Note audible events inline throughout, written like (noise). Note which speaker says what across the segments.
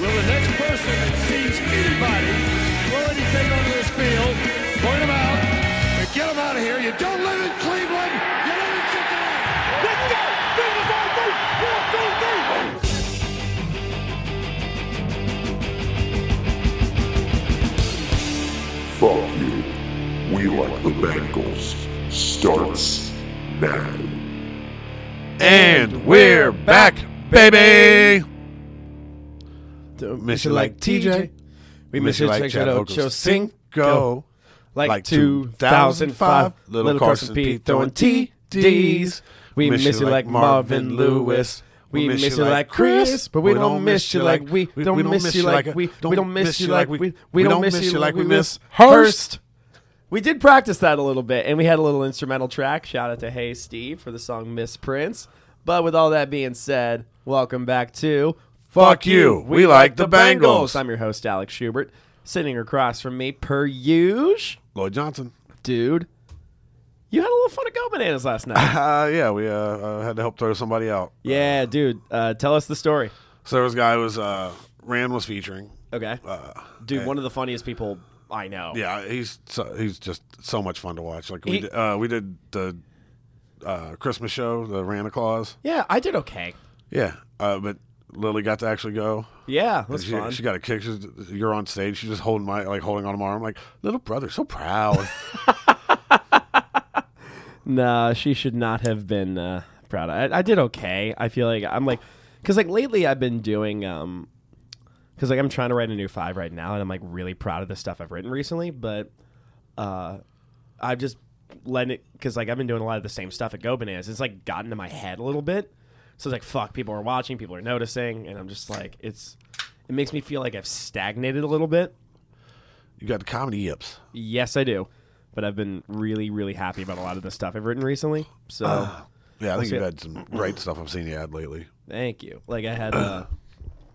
Speaker 1: Will the next person that sees anybody throw anything onto this field, point them out, and get them out of here? You don't live in Cleveland. You live in Cincinnati. Let's go. Bengals on three. One, two, three.
Speaker 2: Fuck you. We like the Bengals. Starts now.
Speaker 3: And we're back, baby. Don't miss you like TJ.
Speaker 4: We miss you like Chad Ochocinco. Like,
Speaker 3: Like
Speaker 4: 2005.
Speaker 3: 2005,
Speaker 4: Little, Carson, P throwing TDs. We miss, you like Marvin Lewis. We miss, you like Chris, but we don't miss you like we don't miss you like we we don't miss you like we we don't miss you like we miss Hurst.
Speaker 3: We
Speaker 4: did practice that a little bit, and we had a little instrumental track. Shout out to Hey Steve for the song Miss Prince. But with all that being said, welcome back to
Speaker 3: Fuck You. We Like the Bengals.
Speaker 4: I'm your host, Alex Schubert. Sitting across from me, per usual,
Speaker 3: Lloyd Johnson.
Speaker 4: dude. You had a little fun at Go Bananas
Speaker 3: (laughs)
Speaker 4: last night.
Speaker 3: Uh, yeah, we uh, uh, had to help throw somebody out.
Speaker 4: yeah, dude. Uh, tell us the story.
Speaker 3: So there was a guy who was uh, Rand was featuring.
Speaker 4: Okay, dude. one of the funniest people I know.
Speaker 3: Yeah, he's so, he's just so much fun to watch. Like we
Speaker 4: He-
Speaker 3: did, uh, we did the uh, Christmas show, the Randa Claus.
Speaker 4: yeah. I did okay.
Speaker 3: Yeah, uh, but Lily got to actually go.
Speaker 4: Yeah, it was
Speaker 3: she,
Speaker 4: fun.
Speaker 3: she got a kick. She's, you're on stage. She's just holding my like holding on to my arm. Like little brother, so
Speaker 4: (laughs)
Speaker 3: proud.
Speaker 4: Nah, she should not have been uh, proud. I, I did okay. I feel like I'm like, because like lately I've been doing um, because like I'm trying to write a new five right now, and I'm like really proud of the stuff I've written recently. But uh, I've just letting it because like I've been doing a lot of the same stuff at Go Bananas. It's like gotten to my head a little bit. So it's like fuck, people are watching, people are noticing, and I'm just like it's. It makes me feel like I've stagnated a little bit.
Speaker 3: you got the comedy yips.
Speaker 4: Yes, I do. But I've been really, really happy about a lot of the stuff I've written recently. So
Speaker 3: Yeah, I think
Speaker 4: see
Speaker 3: you've
Speaker 4: it.
Speaker 3: had some great stuff I've seen you had lately.
Speaker 4: Thank you. Like I had, uh,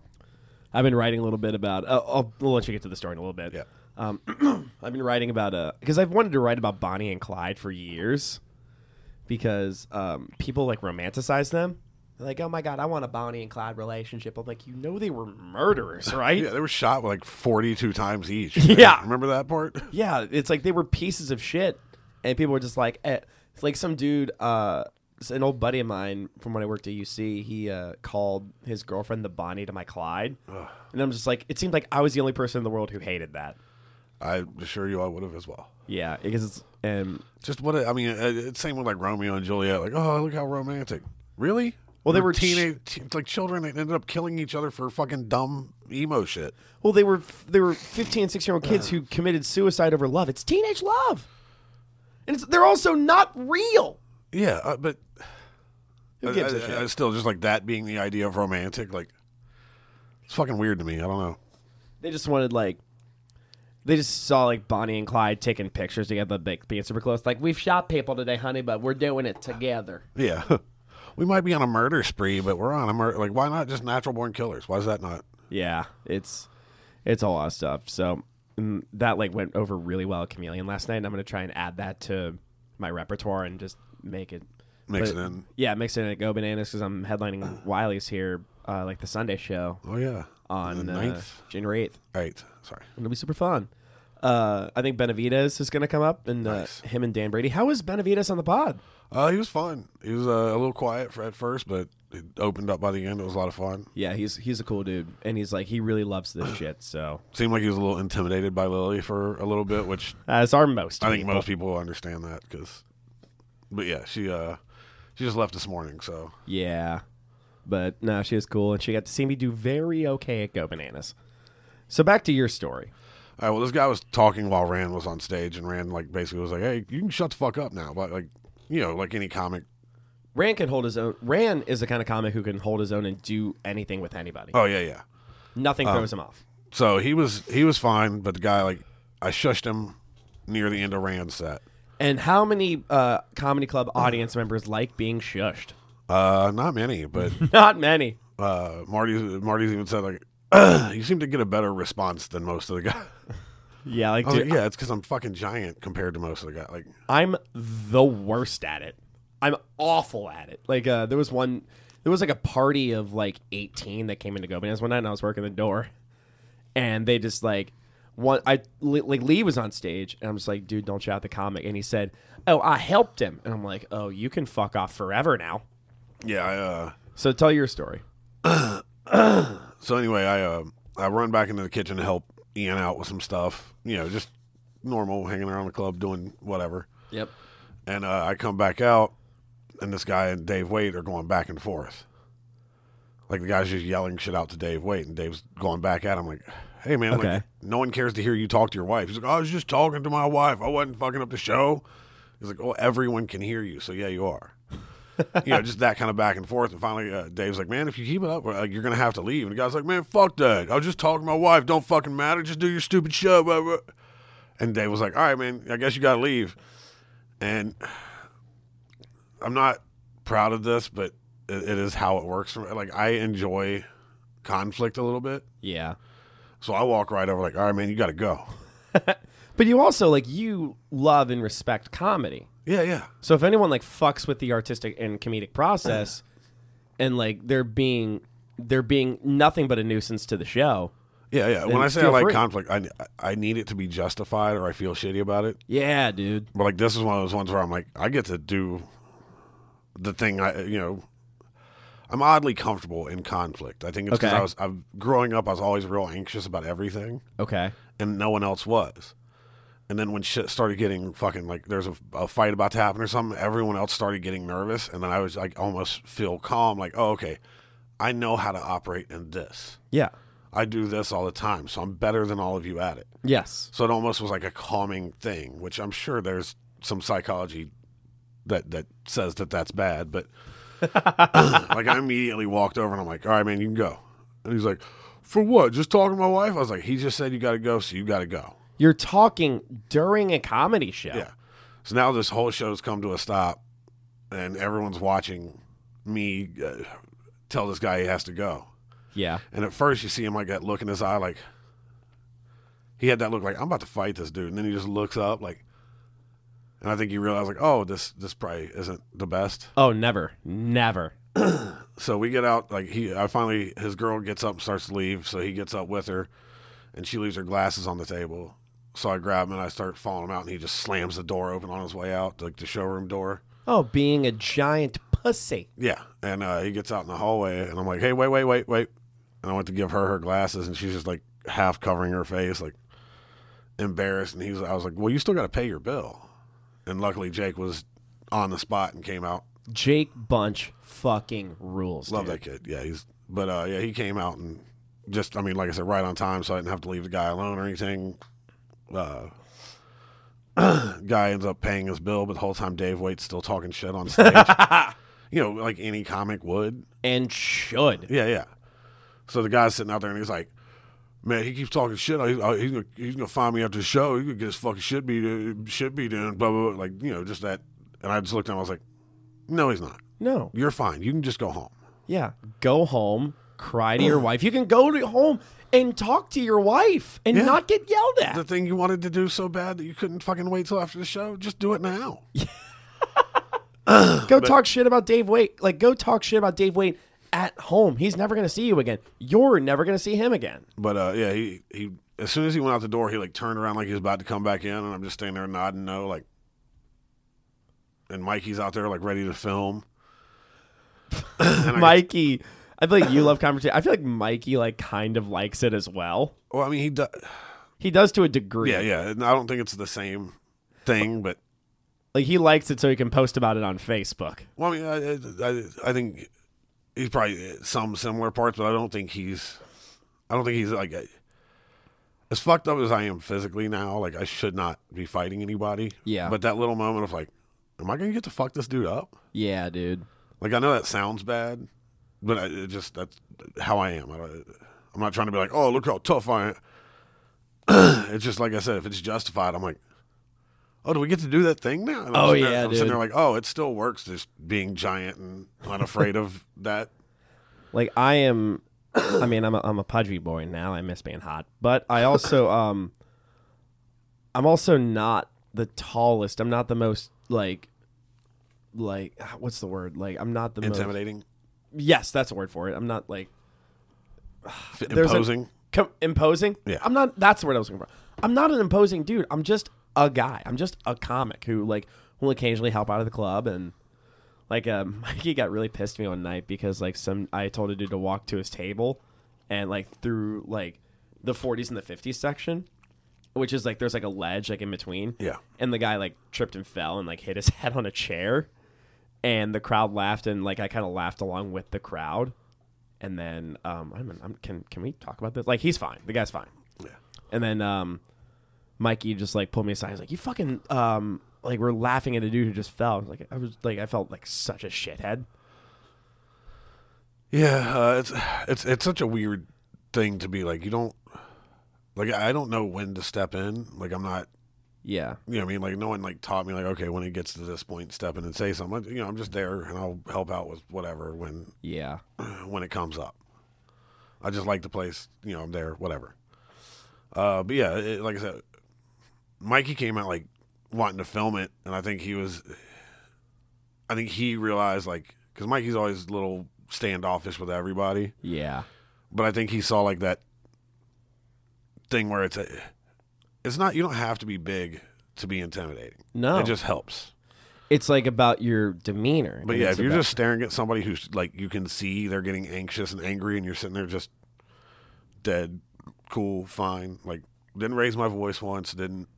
Speaker 4: (clears throat) I've been writing a little bit about. Uh, I'll, I'll let you get to the story in a little bit.
Speaker 3: Yeah.
Speaker 4: Um, (clears throat) I've been writing about because I've wanted to write about Bonnie and Clyde for years, because um, people like romanticize them. They're like, oh my god, I want a Bonnie and Clyde relationship. I'm like, you know, they were murderers,
Speaker 3: (laughs)
Speaker 4: right?
Speaker 3: Yeah,
Speaker 4: yeah.
Speaker 3: they were shot like 42 times
Speaker 4: (laughs)
Speaker 3: each.
Speaker 4: Yeah.
Speaker 3: remember that part?
Speaker 4: it's like they were pieces of shit, and people were just like, eh. it's like some dude. Uh, it's an old buddy of mine from when I worked at UC, he uh, called his girlfriend the Bonnie to my Clyde. And I'm just like, it seemed like I was the only person in the world who hated that.
Speaker 3: I assure you, I would have as well.
Speaker 4: Yeah, because it's and
Speaker 3: Just what a, I mean, uh, it's same with like Romeo and Juliet. Like, oh, look how romantic. Really?
Speaker 4: Well, they were ch-
Speaker 3: teenage, te- like children that ended up killing each other for fucking dumb emo shit.
Speaker 4: well, they were they were 15 and 16 year old kids who committed suicide over love. It's teenage love, and it's, they're also not real.
Speaker 3: Yeah, uh, but
Speaker 4: Who gives
Speaker 3: I-
Speaker 4: a shit?
Speaker 3: I- I still, just like that being the idea of romantic, like it's fucking weird to me. I don't know.
Speaker 4: they just wanted like they just saw like Bonnie and Clyde taking pictures together, like being super close. Like we've shot people today, honey, but we're doing it together.
Speaker 3: Yeah, (laughs) we might be on a murder spree, but we're on a murder. Like, why not just natural born killers? Why is that not?
Speaker 4: Yeah, it's it's a lot of stuff. So mm, that like went over really well at Chameleon last night, and I'm gonna try and add that to my repertoire and just make it
Speaker 3: Mix
Speaker 4: but-
Speaker 3: it in.
Speaker 4: Yeah, mix it in at Go Bananas because I'm headlining Wiley's here, uh, like the Sunday show
Speaker 3: Oh yeah,
Speaker 4: on
Speaker 3: the
Speaker 4: uh,
Speaker 3: ninth,
Speaker 4: January eighth.
Speaker 3: eighth. Sorry,
Speaker 4: It'll be super fun. Uh, I think Benavides is gonna come up, and uh, him and Dan Brady. How was Benavides on the pod?
Speaker 3: uh, he was fun. He was uh, a little quiet for, at first, but it opened up by the end. It was a lot of fun.
Speaker 4: Yeah, he's he's a cool dude, and he's like he really loves (sighs) this shit. So
Speaker 3: Seemed like he was a little intimidated by Lily for a little bit,
Speaker 4: (laughs)
Speaker 3: which
Speaker 4: as are Uh, most.
Speaker 3: I think
Speaker 4: people.
Speaker 3: most people understand that because. But yeah, she uh, she just left this morning, so
Speaker 4: Yeah. But no, she was cool and she got to see me do very okay at Go Bananas. So back to your story.
Speaker 3: All right, well, this guy was talking while Rand was on stage, and Rand like basically was like, "Hey, you can shut the fuck up now." But like, you know, like any comic.
Speaker 4: Ran can hold his own. Ran is the kind of comic who can hold his own and do anything with anybody.
Speaker 3: Oh yeah, yeah.
Speaker 4: Nothing throws him off.
Speaker 3: So he was he was fine, but the guy like I shushed him near the end of Rand's set.
Speaker 4: And how many uh, comedy club audience members like being shushed? (laughs)
Speaker 3: Uh, not many, but
Speaker 4: Not many.
Speaker 3: uh, Marty's Marty's even said like (clears throat) you seem to get a better response than most of the guys.
Speaker 4: Yeah, like,
Speaker 3: I was
Speaker 4: dude,
Speaker 3: like, yeah, it's because I'm fucking giant compared to most of the guys. Like
Speaker 4: I'm the worst at it. I'm awful at it. Like uh, there was one, there was like a party of like 18 that came into Go Bananas one night, and I was working the door, and they just like one. I li- like Lee was on stage, and I'm just like, dude, don't shout at the comic. And he said, oh, I helped him, and I'm like, oh, you can fuck off forever now.
Speaker 3: yeah, I, uh,
Speaker 4: So tell your story.
Speaker 3: so anyway, I uh, I run back into the kitchen to help Ian out with some stuff. You know, just normal hanging around the club doing whatever.
Speaker 4: Yep.
Speaker 3: And uh, I come back out, and this guy and Dave Wade are going back and forth. Like the guy's just yelling shit out to Dave Wade, and Dave's going back at him like, "Hey man,
Speaker 4: Okay.
Speaker 3: like no one cares to hear you talk to your wife." He's like, "I was just talking to my wife. I wasn't fucking up the show." He's like, "Well, everyone can hear you, so yeah, you are." you know, just that kind of back and forth. And finally, uh, Dave's like, "Man, if you keep it up, like, you're gonna have to leave." And the guy's like, "Man, fuck that. I was just talking to my wife. Don't fucking matter. Just do your stupid show." Blah, blah." And Dave was like, "All right, man. I guess you gotta leave." And I'm not proud of this, but it, it is how it works. for me. Like I enjoy conflict a little bit,
Speaker 4: Yeah.
Speaker 3: so I walk right over like, "All right, man, you got to go."
Speaker 4: But you also like you love and respect comedy.
Speaker 3: Yeah, yeah,
Speaker 4: So if anyone like fucks with the artistic and comedic (sighs) process, and like they're being they're being nothing but a nuisance to the show.
Speaker 3: yeah, yeah. when I say I
Speaker 4: feel
Speaker 3: like
Speaker 4: free.
Speaker 3: conflict, I I need it to be justified or I feel shitty about it.
Speaker 4: Yeah, dude.
Speaker 3: But like this is one of those ones where I'm like, I get to do the thing. I you know, I'm oddly comfortable in conflict. I think it's because
Speaker 4: Okay.
Speaker 3: I was I'm growing up. I was always real anxious about everything.
Speaker 4: Okay.
Speaker 3: and no one else was. And then when shit started getting fucking like there's a, a fight about to happen or something, everyone else started getting nervous, and then I was like almost feel calm, like oh okay, I know how to operate in this.
Speaker 4: Yeah.
Speaker 3: I do this all the time, so I'm better than all of you at it.
Speaker 4: Yes.
Speaker 3: So it almost was like a calming thing, which I'm sure there's some psychology that that says that that's bad, but (laughs) like I immediately walked over and I'm like, all right, man, you can go. And he's like, for what? Just talking to my wife? I was like, he just said you got to go, so you got to go.
Speaker 4: You're talking during a comedy show.
Speaker 3: Yeah. So now this whole show's come to a stop, and everyone's watching me uh, tell this guy he has to go.
Speaker 4: Yeah.
Speaker 3: And at first, you see him like that look in his eye, like he had that look, like I'm about to fight this dude. And then he just looks up, like, and I think you realize, like, oh, this this probably isn't the best.
Speaker 4: Oh, never, never.
Speaker 3: So we get out, like he, I finally, his girl gets up and starts to leave. So he gets up with her, and she leaves her glasses on the table. So I grab him and I start following him out, and he just slams the door open on his way out, like the showroom door.
Speaker 4: Oh, being a giant pussy.
Speaker 3: Yeah, and uh, he gets out in the hallway, and I'm like, "Hey, wait, wait, wait, wait!" And I went to give her her glasses, and she's just like half covering her face, like embarrassed. And he's, I was like, "Well, you still got to pay your bill." And luckily, Jake was on the spot and came out.
Speaker 4: Jake Bunch fucking rules.
Speaker 3: Love
Speaker 4: dude.
Speaker 3: that kid. Yeah, he's, but uh, yeah, he came out and just, I mean, like I said, right on time, so I didn't have to leave the guy alone or anything. Uh, (clears throat) guy ends up paying his bill, but the whole time Dave Waite's still talking shit on stage. you know, like any comic would.
Speaker 4: And should.
Speaker 3: Yeah, yeah. So the guy's sitting out there and he's like, "Man, he keeps talking shit. He's, uh, he's gonna he's gonna find me after the show. He's gonna get his fucking shit beat uh, shit beat in." Blah blah. blah. Like you know, just that. And I just looked at him. I was like, "No, he's not.
Speaker 4: No.
Speaker 3: You're fine. You can just go home."
Speaker 4: Yeah. Go home. Cry to your wife. You can go to home and talk to your wife and
Speaker 3: Yeah.
Speaker 4: not get yelled at.
Speaker 3: The thing you wanted to do so bad that you couldn't fucking wait till after the show, just do it now.
Speaker 4: Go talk shit about Dave Waite. Like, go talk shit about Dave Waite at home. He's never going to see you again. You're never going to see him again.
Speaker 3: But uh, yeah, he he as soon as he went out the door, he like turned around like he was about to come back in, and I'm just standing there nodding no, like. And Mikey's out there like ready to film. And I-
Speaker 4: Mikey, I feel like you love conversation. I feel like Mikey, like, kind of likes it as well.
Speaker 3: well, I mean, he does.
Speaker 4: He does to a degree.
Speaker 3: Yeah, yeah. And I don't think it's the same thing, but
Speaker 4: Like, he likes it so he can post about it on Facebook.
Speaker 3: well, I mean, I, I, I think he's probably eh, some similar parts, but I don't think he's, I don't think he's like a- as fucked up as I am physically now. Like I should not be fighting anybody.
Speaker 4: Yeah.
Speaker 3: But that little moment of like, am I gonna get to fuck this dude up?
Speaker 4: Yeah, dude.
Speaker 3: Like I know that sounds bad, but I, it just that's how I am. I, don't- I'm not trying to be like, oh, look how tough I am. (clears throat) it's just like I said, if it's justified, I'm like, oh, do we get to do that thing now? And I'm
Speaker 4: Oh,
Speaker 3: sitting there-
Speaker 4: yeah,
Speaker 3: I'm sitting there
Speaker 4: dude.
Speaker 3: like, oh, it still works, just being giant and unafraid of (laughs) that.
Speaker 4: Like I am, (coughs) I mean, I'm a, I'm a pudgy boy now. I miss being hot, but I also
Speaker 3: (coughs)
Speaker 4: um, I'm also not the tallest. I'm not the most like, like what's the word? Like I'm not the
Speaker 3: Intimidating,
Speaker 4: most. Yes, that's a word for it. I'm not like
Speaker 3: f-
Speaker 4: there's a-
Speaker 3: imposing.
Speaker 4: com- imposing.
Speaker 3: Yeah.
Speaker 4: I'm not. That's the word I was looking for. I'm not an imposing dude. I'm just a guy. I'm just a comic who like will occasionally help out of the club and like uh, (laughs) Mikey got really pissed at me one night because like some I told a dude to walk to his table and like through like the 40s and the 50s section. Which is like there's like a ledge like in between,
Speaker 3: Yeah.
Speaker 4: And the guy like tripped and fell and like hit his (laughs) head on a chair, and the crowd laughed and like I kind of laughed along with the crowd, and then um, I'm, I'm can can we talk about this? Like he's fine, the guy's fine. Yeah. And then um, Mikey just like pulled me aside. He's like, "You fucking um, like we're laughing at a dude who just fell." I was like I was like I felt like such a shithead.
Speaker 3: Yeah, uh, it's it's it's such a weird thing to be like. You don't like. I don't know when to step in. Like I'm not.
Speaker 4: Yeah.
Speaker 3: You know what I mean? Like no one like taught me like okay when it gets to this point, step in and say something. You know I'm just there and I'll help out with whatever when (clears throat)
Speaker 4: Yeah.
Speaker 3: when it comes up. I just like the place. You know I'm there. Whatever. Uh, but yeah, it, like I said, Mikey came out like wanting to film it, and I think he was. I think he realized like because Mikey's always a little standoffish with everybody
Speaker 4: Yeah.
Speaker 3: but I think he saw like that thing where it's a, it's not you don't have to be big to be intimidating.
Speaker 4: No.
Speaker 3: it just helps.
Speaker 4: It's like about your demeanor.
Speaker 3: But
Speaker 4: and
Speaker 3: yeah,
Speaker 4: it's
Speaker 3: if you're
Speaker 4: about-
Speaker 3: just staring at somebody who's like you can see they're getting anxious and angry, and you're sitting there just dead, cool, fine. Like didn't raise my voice once, didn't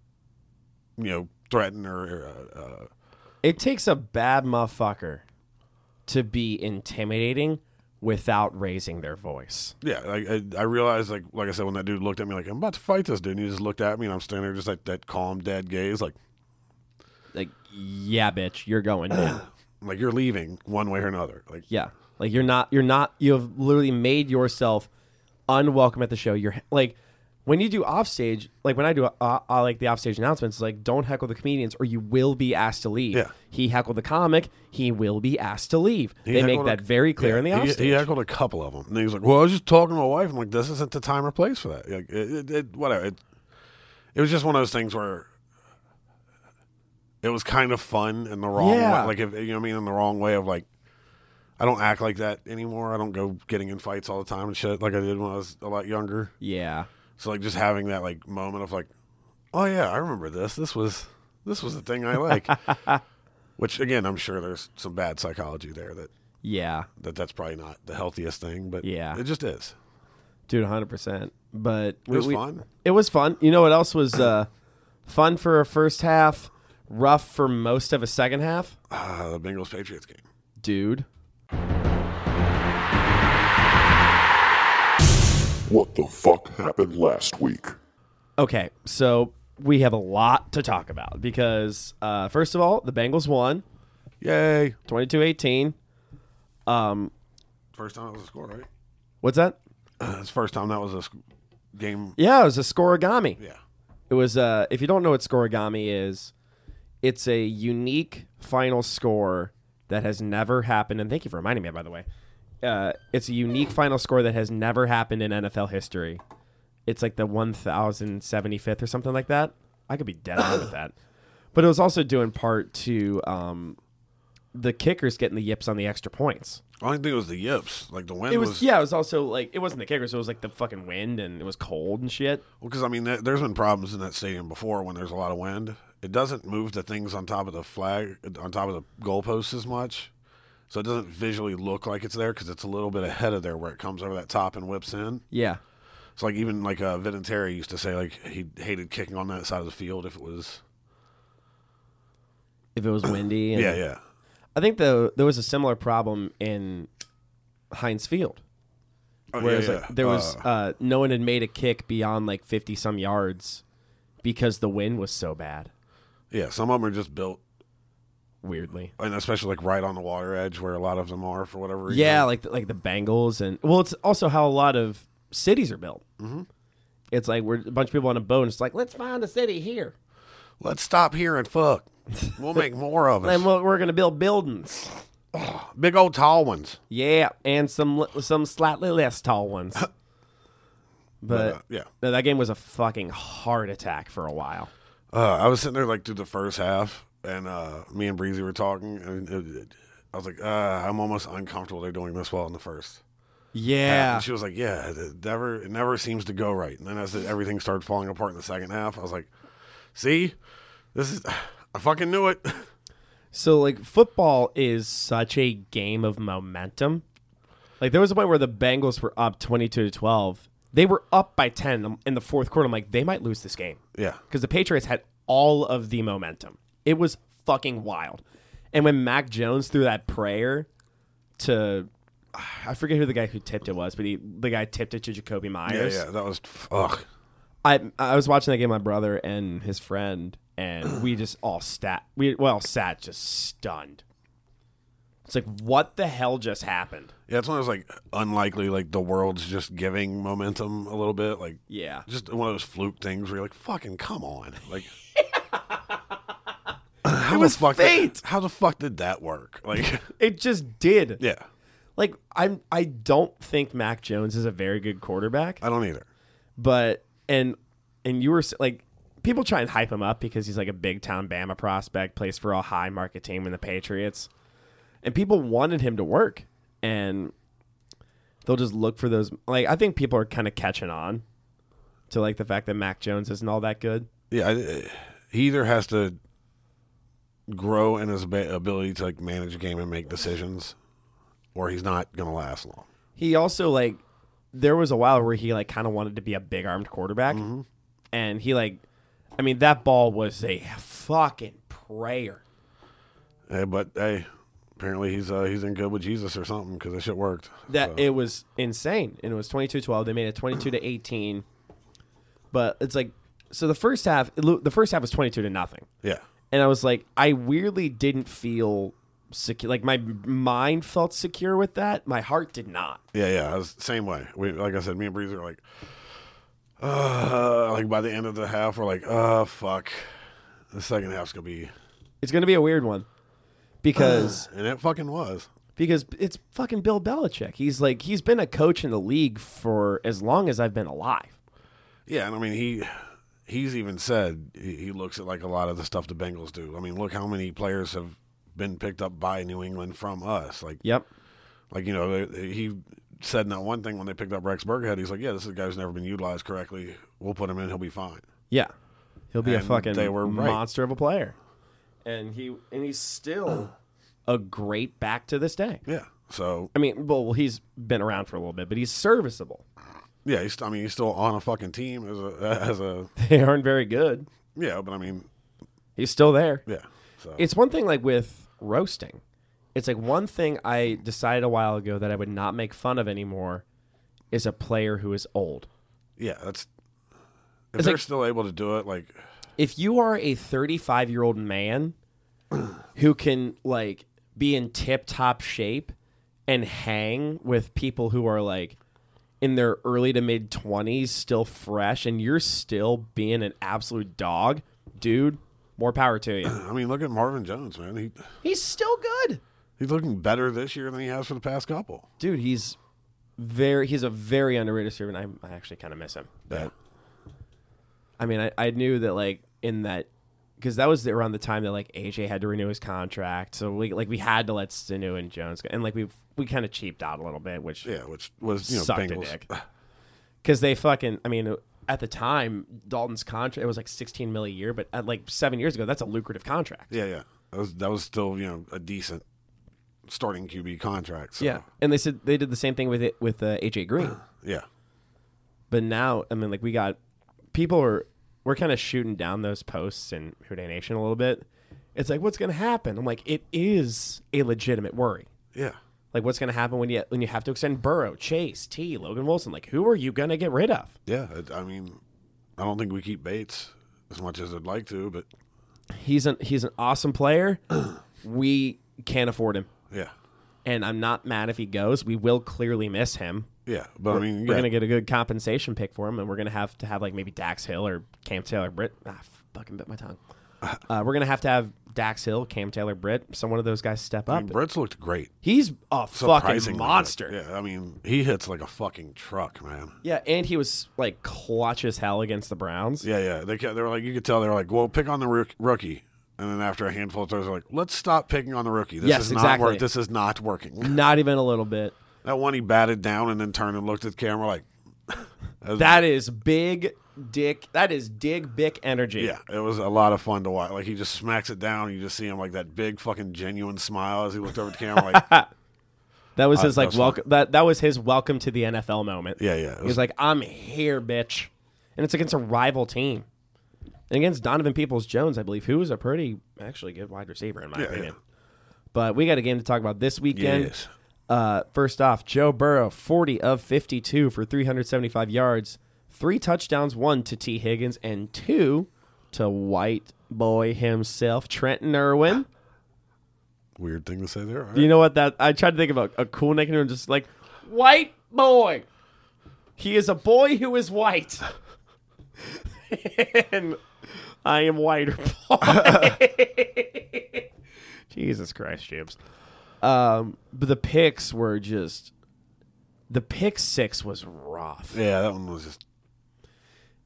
Speaker 3: you know threaten or, or uh, uh,
Speaker 4: it takes a bad motherfucker to be intimidating without raising their voice.
Speaker 3: yeah. Like I, I realized like like I said when that dude looked at me like I'm about to fight this dude, and he just looked at me, and I'm standing there just like that calm, dead gaze, like
Speaker 4: Like, yeah, bitch, you're
Speaker 3: (clears throat)
Speaker 4: going down.
Speaker 3: like you're leaving one way or another, like.
Speaker 4: Yeah. Like you're not you're not you have literally made yourself unwelcome at the show. You're like when you do offstage, like when I do uh, uh, like the offstage announcements, like don't heckle the comedians or you will be asked to leave.
Speaker 3: Yeah.
Speaker 4: He heckled the comic, he will be asked to leave. they make
Speaker 3: heckled
Speaker 4: that
Speaker 3: a-
Speaker 4: very clear
Speaker 3: yeah,
Speaker 4: in the
Speaker 3: he-
Speaker 4: offstage.
Speaker 3: He, heckled a couple of them, and he was like, "Well, I was just talking to my wife. I'm like, this isn't the time or place for that. Like, it, it, it- whatever. It, it was just one of those things where it was kind of fun in the wrong
Speaker 4: Yeah.
Speaker 3: way. Like, if you know what I mean, in the wrong way of like, I don't act like that anymore. I don't go getting in fights all the time and shit like I did when I was a lot younger.
Speaker 4: yeah.
Speaker 3: So like, just having that like moment of like, oh yeah, I remember this. This was this was the thing I
Speaker 4: (laughs)
Speaker 3: like. Which again, I'm sure there's some bad psychology there that
Speaker 4: Yeah.
Speaker 3: that that's probably not the healthiest thing, but
Speaker 4: Yeah.
Speaker 3: it just is.
Speaker 4: Dude, 100%. But
Speaker 3: It was fun.
Speaker 4: It was fun. You know what else was uh, fun for a first half, rough for most of a second half?
Speaker 3: Uh, the Bengals Patriots game.
Speaker 4: Dude.
Speaker 2: What the fuck happened last week?
Speaker 4: Okay, so we have a lot to talk about because uh, first of all, the Bengals won
Speaker 3: Yay!
Speaker 4: 22-18. Um,
Speaker 3: First time that was a score, right?
Speaker 4: what's that?
Speaker 3: It's the first time that was a sc- game.
Speaker 4: Yeah, it was a scoregami.
Speaker 3: Yeah,
Speaker 4: It was uh if you don't know what scoregami is, it's a unique final score that has never happened and thank you for reminding me by the way. Uh, it's a unique final score that has never happened in NFL history. It's like the 1075th or something like that. I could be dead on with that. But it was also due in part to um, the kickers getting the yips on the extra points.
Speaker 3: only thing was the yips. Like the wind
Speaker 4: It
Speaker 3: was,
Speaker 4: was, yeah, it was also like it wasn't the kickers, it was like the fucking wind and it was cold and shit.
Speaker 3: because I mean, th- there's been problems in that stadium before when there's a lot of wind. It doesn't move the things on top of the flag, on top of the goalposts as much, so it doesn't visually look like it's there because it's a little bit ahead of there where it comes over that top and whips in.
Speaker 4: Yeah.
Speaker 3: It's like even like uh, Vinatieri used to say like he hated kicking on that side of the field if it was
Speaker 4: If it was windy and
Speaker 3: yeah yeah
Speaker 4: I think though there was a similar problem in Heinz Field,
Speaker 3: Oh, yeah,
Speaker 4: where it was, like,
Speaker 3: yeah.
Speaker 4: there was
Speaker 3: Uh,
Speaker 4: uh, no one had made a kick beyond like fifty some yards because the wind was so bad.
Speaker 3: yeah, some of them are just built,
Speaker 4: Weirdly,
Speaker 3: and especially like right on the water edge where a lot of them are for whatever reason.
Speaker 4: yeah, like the, like the Bengals and well, it's also how a lot of cities are built.
Speaker 3: Mm-hmm.
Speaker 4: It's like we're a bunch of people on a boat, and it's like let's find a city here,
Speaker 3: Let's stop here and
Speaker 4: (laughs)
Speaker 3: fuck. We'll make more of
Speaker 4: and
Speaker 3: us.
Speaker 4: we're, we're gonna build buildings.
Speaker 3: Big old tall ones.
Speaker 4: Yeah, and some li- some slightly less
Speaker 3: (laughs)
Speaker 4: tall ones. But
Speaker 3: uh, yeah.
Speaker 4: no, that game was a fucking heart attack for a while.
Speaker 3: Uh, I was sitting there like through the first half, and uh, me and Breezy were talking, and it, it- I was like, uh, "I'm almost uncomfortable. They're doing this well in the first.
Speaker 4: Yeah,
Speaker 3: And she was like, "Yeah, it never it never seems to go right." And then as it- everything started falling apart in the second half, I was like, "See, this is (sighs) I fucking knew it." (laughs)
Speaker 4: So like football is such a game of momentum. Like there was a point where the Bengals were up 22 to 12. They were up by 10 in the fourth quarter. I'm like they might lose this game.
Speaker 3: Yeah.
Speaker 4: Cuz the Patriots had all of the momentum. It was fucking wild. And when Mac Jones threw that prayer to I forget who the guy who tipped it was, but he the guy tipped it to Jacoby
Speaker 3: Yeah,
Speaker 4: Myers.
Speaker 3: yeah, that was fuck.
Speaker 4: I I was watching that game with my brother and his friend, and we just all sat we well sat just stunned. It's like what the hell just happened?
Speaker 3: Yeah, it's one of those like unlikely, like the world's just giving momentum a little bit, like
Speaker 4: Yeah.
Speaker 3: just one of those fluke things where you're like, fucking come on,
Speaker 4: (laughs)
Speaker 3: like. How
Speaker 4: was
Speaker 3: the fuck
Speaker 4: fate.
Speaker 3: Did, how the fuck did that work? Like, (laughs)
Speaker 4: It just did.
Speaker 3: yeah,
Speaker 4: Like I'm I don't think Mac Jones is a very good quarterback,
Speaker 3: I don't either.
Speaker 4: but and and you were s- like people try and hype him up because he's like a big town Bama prospect, plays for a high market team in the Patriots. And people wanted him to work and they'll just look for those like I think people are kind of catching on to like the fact that Mac Jones isn't all that good.
Speaker 3: Yeah, I, he either has to grow in his ba- ability to like manage a game and make decisions, or he's not gonna last long.
Speaker 4: He also like there was a while where he like kind of wanted to be a big armed quarterback, and he like, I mean that ball was a fucking prayer.
Speaker 3: Eh, but hey, apparently he's uh, he's in good with Jesus or something because that shit worked.
Speaker 4: That it was insane, and it was 22-12. They made it twenty two to eighteen, but it's like so the first half it lo- the first half was twenty two to nothing,
Speaker 3: Yeah,
Speaker 4: and I was like I weirdly didn't feel secure. Like my mind felt secure with that, my heart did not.
Speaker 3: yeah, yeah. I was same way. We like I said, me and Breezy were like, uh, like by the end of the half, we're like, uh, fuck, the second half's gonna be,
Speaker 4: It's gonna be a weird one
Speaker 3: (sighs)
Speaker 4: because.
Speaker 3: and it fucking was.
Speaker 4: because it's fucking Bill Belichick. He's like he's been a coach in the league for as long as I've been alive.
Speaker 3: Yeah, and I mean he he's even said he, he looks at like a lot of the stuff the Bengals do. I mean, look how many players have been picked up by New England from us. Like
Speaker 4: Yep.
Speaker 3: like you know they- he said in that one thing when they picked up Rex Burkhead, he's like, yeah, this is a guy who's never been utilized correctly. We'll put him in. He'll be fine.
Speaker 4: Yeah. He'll be a
Speaker 3: And
Speaker 4: fucking
Speaker 3: they were right.
Speaker 4: monster of a player. And he and he's still a great back to this day.
Speaker 3: Yeah. So
Speaker 4: I mean, well, he's been around for a little bit, but he's serviceable. (laughs)
Speaker 3: yeah, he's, I mean he's still on a fucking team as a (laughs) as a
Speaker 4: They aren't very good.
Speaker 3: yeah, but I mean
Speaker 4: He's still there.
Speaker 3: yeah. So
Speaker 4: It's one thing like with roasting. It's like one thing I decided a while ago that I would not make fun of anymore is a player who is old.
Speaker 3: yeah, that's if
Speaker 4: It's
Speaker 3: they're
Speaker 4: like-
Speaker 3: still able to do it, like
Speaker 4: if you are a 35 year old man (clears throat) who can like be in tip top shape and hang with people who are like in their early to mid 20s still fresh and you're still being an absolute dog dude more power to
Speaker 3: (clears throat)
Speaker 4: you
Speaker 3: I mean look at Marvin Jones, man. He
Speaker 4: he's still good
Speaker 3: he's looking better this year than he has for the past couple.
Speaker 4: dude he's very he's a very underrated servant i, I actually kind of miss him
Speaker 3: Yeah.
Speaker 4: I mean, I, I knew that like in that because that was the, around the time that like AJ had to renew his contract, so we like we had to let Sinu and Jones go, and like we we kind of cheaped out a little bit, which
Speaker 3: Yeah, which was you know
Speaker 4: sucked a
Speaker 3: Bengals.
Speaker 4: dick because they fucking. I mean, at the time Dalton's contract it was like sixteen mil a year, but at like seven years ago, that's a lucrative contract.
Speaker 3: Yeah, yeah. That was that was still you know a decent starting QB contract. So,
Speaker 4: Yeah, and they said they did the same thing with it with uh, AJ Green,
Speaker 3: yeah,
Speaker 4: but now I mean, like we got people are we're kind of shooting down those posts in Houday Nation a little bit. It's like what's gonna happen? I'm like, it is a legitimate worry.
Speaker 3: yeah.
Speaker 4: Like what's going to happen when you when you have to extend Burrow, Chase, T, Logan Wilson? Like who are you going to get rid of?
Speaker 3: Yeah, it- I mean, I don't think we keep Bates as much as I'd like to, but
Speaker 4: He's an he's an awesome player. we can't afford him,
Speaker 3: yeah,
Speaker 4: and I'm not mad if he goes. We will clearly miss him,
Speaker 3: Yeah, but I mean,
Speaker 4: we're
Speaker 3: yeah.
Speaker 4: gonna get a good compensation pick for him, and we're gonna have to have like maybe Dax Hill or Cam Taylor Britt. Ah, fucking bit
Speaker 3: (sighs)
Speaker 4: my tongue. Uh, we're gonna have to have Dax Hill, Cam Taylor Britt, some one of those guys step
Speaker 3: I
Speaker 4: up.
Speaker 3: mean, Brett's looked great.
Speaker 4: He's a fucking
Speaker 3: Surprisingly good.
Speaker 4: monster.
Speaker 3: Yeah, I mean, he hits like a fucking truck, man.
Speaker 4: Yeah, and he was like clutch as hell against the Browns.
Speaker 3: Yeah, yeah. They ca- they were like, you could tell they were like, well, pick on the rook- rookie. And then after a handful of throws, they're like, let's stop picking on the rookie. This
Speaker 4: Yes,
Speaker 3: is not
Speaker 4: exactly.
Speaker 3: work- This is not working. (laughs)
Speaker 4: Not even a little bit.
Speaker 3: that one he batted down and then turned and looked at the camera like,
Speaker 4: That is big dick. That is dig bick energy.
Speaker 3: yeah, it was a lot of fun to watch. Like he just smacks it down. And you just see him like that big fucking genuine smile as he looked over at the camera.
Speaker 4: (laughs)
Speaker 3: Like,
Speaker 4: That was
Speaker 3: Uh,
Speaker 4: his like
Speaker 3: that's
Speaker 4: welcome. That that was his welcome to the NFL moment.
Speaker 3: Yeah, yeah, it
Speaker 4: He
Speaker 3: was-
Speaker 4: was like, "I'm here, bitch," and it's against a rival team, and against Donovan Peoples Jones, I believe, who is a pretty actually good wide receiver in my
Speaker 3: Yeah,
Speaker 4: opinion.
Speaker 3: yeah.
Speaker 4: But we got a game to talk about this weekend.
Speaker 3: Yes.
Speaker 4: Uh, first off, Joe Burrow, 40 of 52 for 375 yards, three touchdowns, one to T. Higgins and two to White Boy himself, Trenton Irwin.
Speaker 3: weird thing to say there. All right.
Speaker 4: You know what? That I tried to think about a cool nickname, and just like white boy. He is a boy who is (laughs) white, and I am whiter boy. (laughs) Jesus Christ, James. Um, but the picks were just the pick six was rough.
Speaker 3: Yeah, that one was just.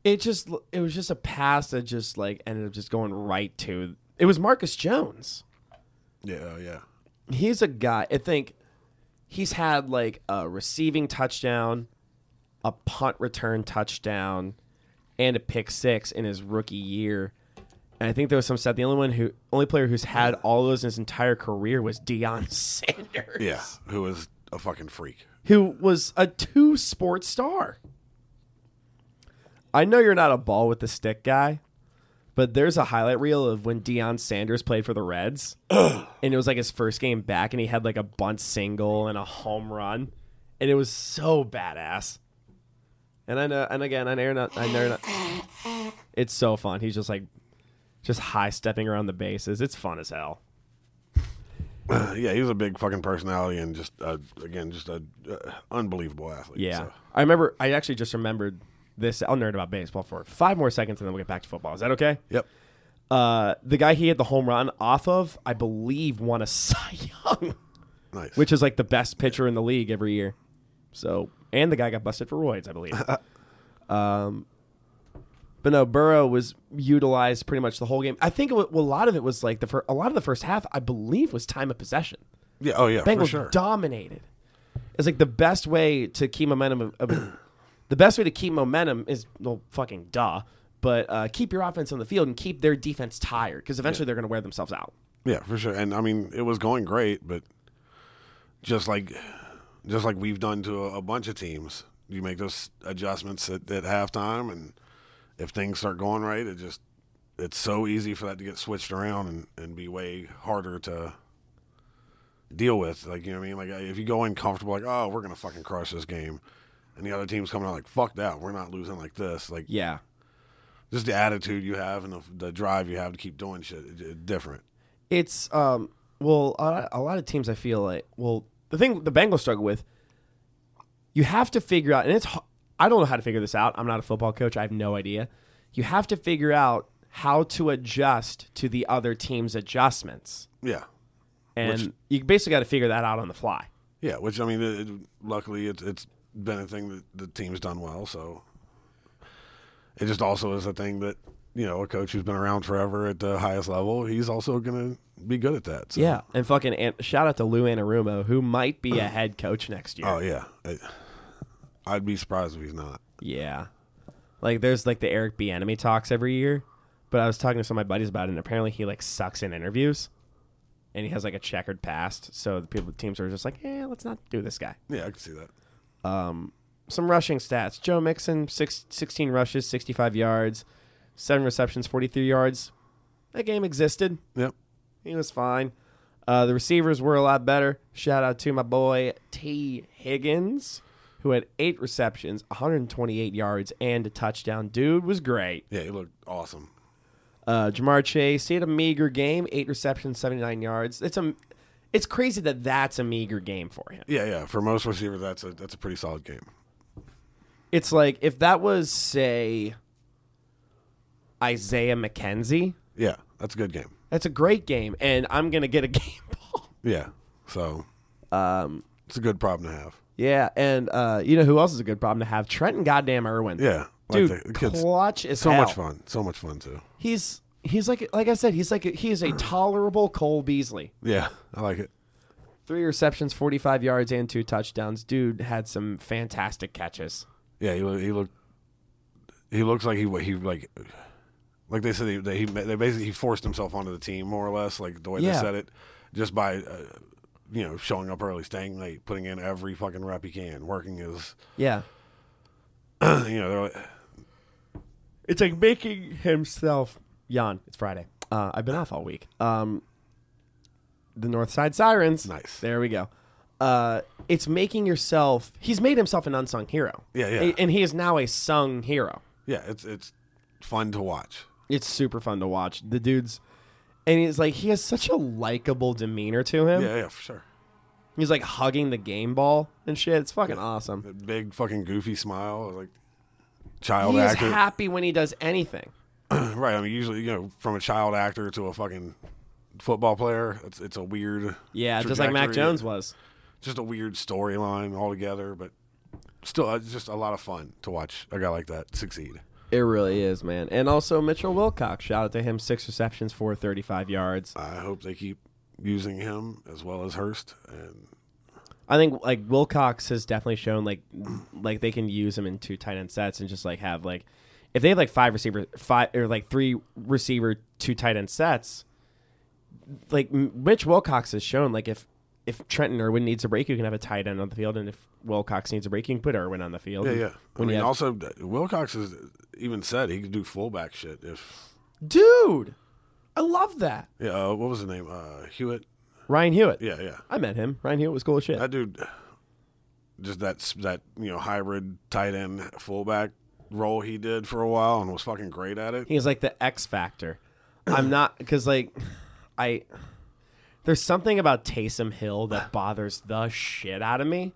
Speaker 4: It just it was just a pass that just like ended up just going right to. It was Marcus Jones.
Speaker 3: Yeah, yeah.
Speaker 4: he's a guy. I think he's had like a receiving touchdown, a punt return touchdown, and a pick six in his rookie year. And I think there was some stat. The only one who, only player who's had all those in his entire career was Deion (laughs) Sanders,
Speaker 3: Yeah, who was a fucking freak.
Speaker 4: who was a two sport star. I know you're not a ball with the stick guy, but there's a highlight reel of when Deion Sanders played for the Reds, and it was like his first game back, and he had like a bunt single and a home run, and it was so badass. And I know, and again, I know, you're not, I know, you're not, it's so fun. He's just like, just high stepping around the bases. It's fun as hell.
Speaker 3: Yeah, he was a big fucking personality and just uh, again just a uh, unbelievable athlete.
Speaker 4: Yeah.
Speaker 3: so.
Speaker 4: I remember, I actually just remembered this. I'll nerd about baseball for five more seconds and then we'll get back to football. Is that okay?
Speaker 3: Yep.
Speaker 4: Uh, the guy he hit the home run off of, I believe, won a (laughs) Cy Young,
Speaker 3: Nice.
Speaker 4: which is like the best pitcher in the league every year. So, and the guy got busted for roids, I believe. (laughs) um, but no, Burrow was utilized pretty much the whole game. I think it wa- well, a lot of it was like the fir- a lot of the first half, I believe, was time of possession.
Speaker 3: yeah. Oh yeah.
Speaker 4: Bengals
Speaker 3: for sure.
Speaker 4: dominated. It's like the best way to keep momentum. Of, of- (clears throat) the best way to keep momentum is well, fucking duh. But uh, keep your offense on the field and keep their defense tired because eventually they're going to wear themselves out.
Speaker 3: Yeah, for sure. And I mean, it was going great, but just like just like we've done to a, a bunch of teams, you make those adjustments at, at halftime, and if things start going right, it just it's so easy for that to get switched around and, and be way harder to deal with. Like you know what I mean? Like if you go in comfortable, like oh, we're gonna fucking crush this game, and the other team's coming out like fuck that, we're not losing like this. Like
Speaker 4: Yeah,
Speaker 3: just the attitude you have and the, the drive you have to keep doing shit, it, it, different.
Speaker 4: it's um well a, a lot of teams I feel like well the thing the Bengals struggle with you have to figure out and it's h- I don't know how to figure this out I'm not a football coach I have no idea you have to figure out how to adjust to the other team's adjustments
Speaker 3: Yeah.
Speaker 4: and you basically got to figure that out on the fly.
Speaker 3: Yeah, which I mean, it, it, luckily it's it's been a thing that the team's done well. So it just also is a thing that you know a coach who's been around forever at the highest level, he's also gonna be good at that. So.
Speaker 4: and fucking an- shout out to Lou Anarumo, who might
Speaker 3: (clears throat)
Speaker 4: be a head coach next year.
Speaker 3: Oh yeah. It- I'd be surprised if he's not.
Speaker 4: Yeah, like there's like the Eric B. Enemy talks every year, but I was talking to some of my buddies about it, and apparently he like sucks in interviews, and he has like a checkered past. So the people teams are just like, eh, let's not do this guy.
Speaker 3: Yeah, I can see that.
Speaker 4: some rushing stats. Joe Mixon, six, 16 rushes, 65 yards, seven receptions, 43 yards. That game existed.
Speaker 3: Yep.
Speaker 4: He was fine. Uh, the receivers were a lot better. Shout out to my boy T. Higgins, who had eight receptions, 128 yards, and a touchdown. Dude was great.
Speaker 3: Yeah, he looked awesome.
Speaker 4: Uh, Jamar Chase, he had a meager game, eight receptions, 79 yards. It's a, it's crazy that that's a meager game for him.
Speaker 3: Yeah, yeah. For most receivers, that's a that's a pretty solid game.
Speaker 4: It's like if that was say Isaiah McKenzie,
Speaker 3: Yeah, that's a good game.
Speaker 4: that's a great game, and I'm gonna get a (laughs) game ball.
Speaker 3: Yeah, so
Speaker 4: Um,
Speaker 3: it's a good problem to have.
Speaker 4: yeah, and uh, you know who else is a good problem to have? Trenton Goddamn Irwin.
Speaker 3: Yeah,
Speaker 4: dude,
Speaker 3: like the- the kid's
Speaker 4: clutch is
Speaker 3: so much
Speaker 4: hell.
Speaker 3: fun. So much fun too.
Speaker 4: He's he's like like I said, he's like
Speaker 3: (clears throat)
Speaker 4: he is a tolerable Cole Beasley.
Speaker 3: Yeah, I like it.
Speaker 4: Three receptions, 45 yards, and two touchdowns. Dude had some fantastic catches.
Speaker 3: Yeah, he loo- he looked he looks like he he like like they said he they, he they basically he forced himself onto the team more or less like the way
Speaker 4: Yeah.
Speaker 3: they said it just by uh, you know showing up early, staying late, putting in every fucking rep he can, working his (clears throat)
Speaker 4: Yeah.
Speaker 3: you know they're like,
Speaker 4: It's like making himself yawn. It's Friday. Uh, I've been off all week. Um, the North Side Sirens.
Speaker 3: Nice.
Speaker 4: There we go. Uh, it's making yourself. He's made himself an unsung hero.
Speaker 3: Yeah, yeah.
Speaker 4: A- and he is now a sung hero.
Speaker 3: yeah, it's it's fun to watch.
Speaker 4: It's super fun to watch. The dude's, and he's like he has such a likable demeanor to him.
Speaker 3: Yeah, yeah, for sure.
Speaker 4: He's like hugging the game ball and shit. It's fucking awesome.
Speaker 3: The big fucking goofy smile, like child
Speaker 4: He is
Speaker 3: actor.
Speaker 4: happy when he does anything.
Speaker 3: right, I mean usually, you know, from a child actor to a fucking football player, it's it's a weird
Speaker 4: Yeah, just like Mac
Speaker 3: trajectory.
Speaker 4: Jones was.
Speaker 3: just a weird storyline altogether, but still, uh, just a lot of fun to watch a guy like that succeed.
Speaker 4: It really is, man. And also Mitchell Wilcox. Shout out to him. Six receptions, for 35 yards.
Speaker 3: I hope they keep using him as well as Hurst, and
Speaker 4: I think like Wilcox has definitely shown like like they can use him in two tight end sets and just like have like if they have like five receiver five or like three receiver two tight end sets. Like M- Mitch Wilcox has shown like if if Trenton Irwin needs a break, you can have a tight end on the field, and if Wilcox needs a break, you can put Irwin on the field.
Speaker 3: yeah, yeah. I
Speaker 4: When you
Speaker 3: mean,
Speaker 4: have-
Speaker 3: also uh, Wilcox has even said he could do fullback shit. If
Speaker 4: dude, I love that
Speaker 3: yeah, uh, what was the name? Uh, Hewitt.
Speaker 4: Ryan Hewitt.
Speaker 3: Yeah, yeah.
Speaker 4: I met him. Ryan Hewitt was cool as shit.
Speaker 3: That dude, just that s- that you know hybrid tight end fullback role he did for a while and was fucking great at it.
Speaker 4: He's like the X factor.
Speaker 3: (clears throat)
Speaker 4: I'm not because like I there's something about Taysom Hill
Speaker 3: (sighs)
Speaker 4: that bothers the shit out of me.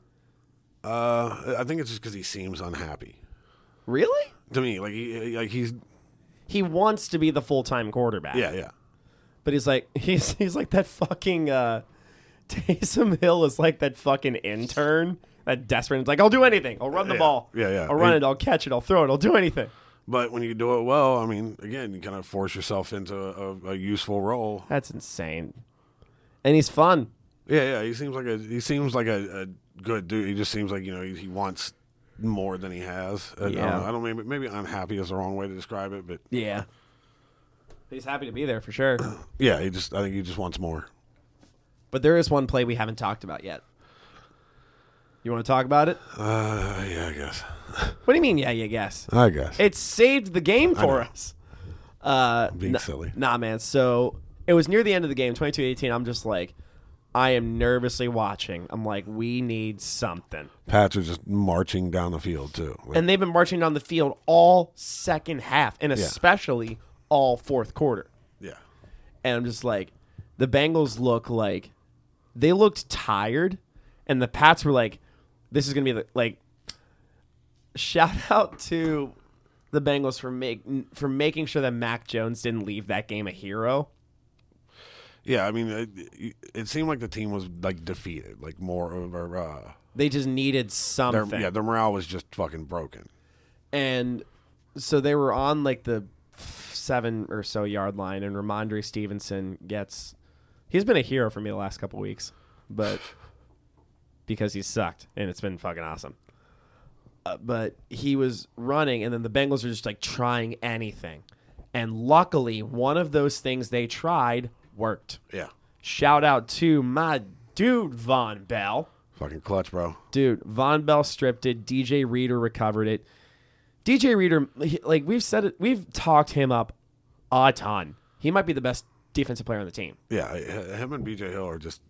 Speaker 3: Uh, I think it's just because he seems unhappy
Speaker 4: Really?
Speaker 3: to me. Like he, like he's
Speaker 4: He wants to be the full time quarterback.
Speaker 3: yeah, yeah.
Speaker 4: But he's like (laughs) he's he's like that fucking uh Taysom Hill is like that fucking intern. That desperate it's like, I'll do anything. I'll run the
Speaker 3: Yeah.
Speaker 4: ball.
Speaker 3: Yeah, yeah.
Speaker 4: I'll run
Speaker 3: He-
Speaker 4: it, I'll catch it, I'll throw it, I'll do anything.
Speaker 3: But when you do it well, I mean, again, you kind of force yourself into a, a, a useful role.
Speaker 4: That's insane. And he's fun.
Speaker 3: Yeah, yeah. He seems like a he seems like a, a good dude. He just seems like you know he, he wants more than he has. I, I
Speaker 4: Yeah.
Speaker 3: don't, know, I don't maybe maybe unhappy is the wrong way to describe it, but
Speaker 4: Yeah. He's happy to be there
Speaker 3: (clears throat)
Speaker 4: for sure.
Speaker 3: yeah, he just I think he just wants more.
Speaker 4: But there is one play we haven't talked about yet. You want to talk about it?
Speaker 3: Uh, yeah, I guess.
Speaker 4: What do you mean? Yeah, yeah, guess.
Speaker 3: I guess
Speaker 4: It saved the game for us.
Speaker 3: being silly.
Speaker 4: Nah, man. So it was near the end of the game, 22 18. I'm just like, I am nervously watching. I'm like, we need something.
Speaker 3: Pats are just marching down the field too. Like,
Speaker 4: And they've been marching down the field all second half, and especially all fourth quarter.
Speaker 3: yeah,
Speaker 4: and I'm just like, the Bengals look like they looked tired, and the Pats were like, this is gonna be the, like, shout (laughs) out to the Bengals for make for making sure that Mac Jones didn't leave that game a hero.
Speaker 3: yeah. I mean, it, it seemed like the team was like defeated, like more of a. Uh,
Speaker 4: They just needed
Speaker 3: their,
Speaker 4: something,
Speaker 3: yeah, their morale was just fucking broken.
Speaker 4: and so they were on like the seven or so yard line, and Ramondre Stevenson gets. He's been a hero for me the last couple weeks, but because he sucked, and it's been fucking awesome. Uh, but he was running, and then the Bengals are just like trying anything, and luckily one of those things they tried worked.
Speaker 3: Yeah,
Speaker 4: Shout out to my dude Von Bell.
Speaker 3: fucking clutch, bro.
Speaker 4: Dude, Von Bell stripped it. DJ Reader recovered it. DJ Reader, he- like we've said it, we've talked him up a ton. He might be the best defensive player on the team.
Speaker 3: Yeah, h- him and BJ Hill are just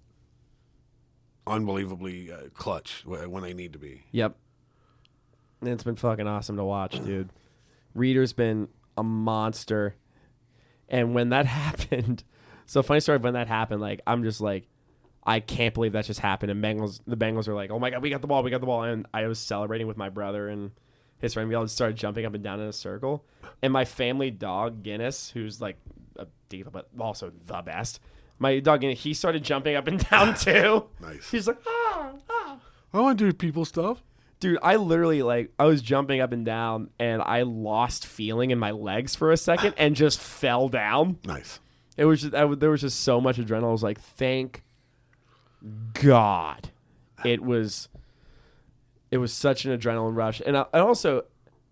Speaker 3: unbelievably uh, clutch wh- when they need to be.
Speaker 4: Yep. And it's been fucking awesome to watch, dude. Reader's been a monster. (laughs) And when that happened, so funny story, when that happened, like I'm just like, I can't believe that just happened. And Bengals, the Bengals are like, oh my god, we got the ball, we got the ball. And I was celebrating with my brother and his friend. We all just started jumping up and down in a circle. And my family dog Guinness, who's like a diva, but also the best. My dog Guinness, he started jumping up and (laughs) down too.
Speaker 3: Nice.
Speaker 4: He's like, ah, ah
Speaker 3: I don't want to do people stuff.
Speaker 4: dude i literally like i was jumping up and down and i lost feeling in my legs for a second and just fell down
Speaker 3: Nice.
Speaker 4: it was just, I, w- there was just so much adrenaline i was like thank god it was it was such an adrenaline rush and i and also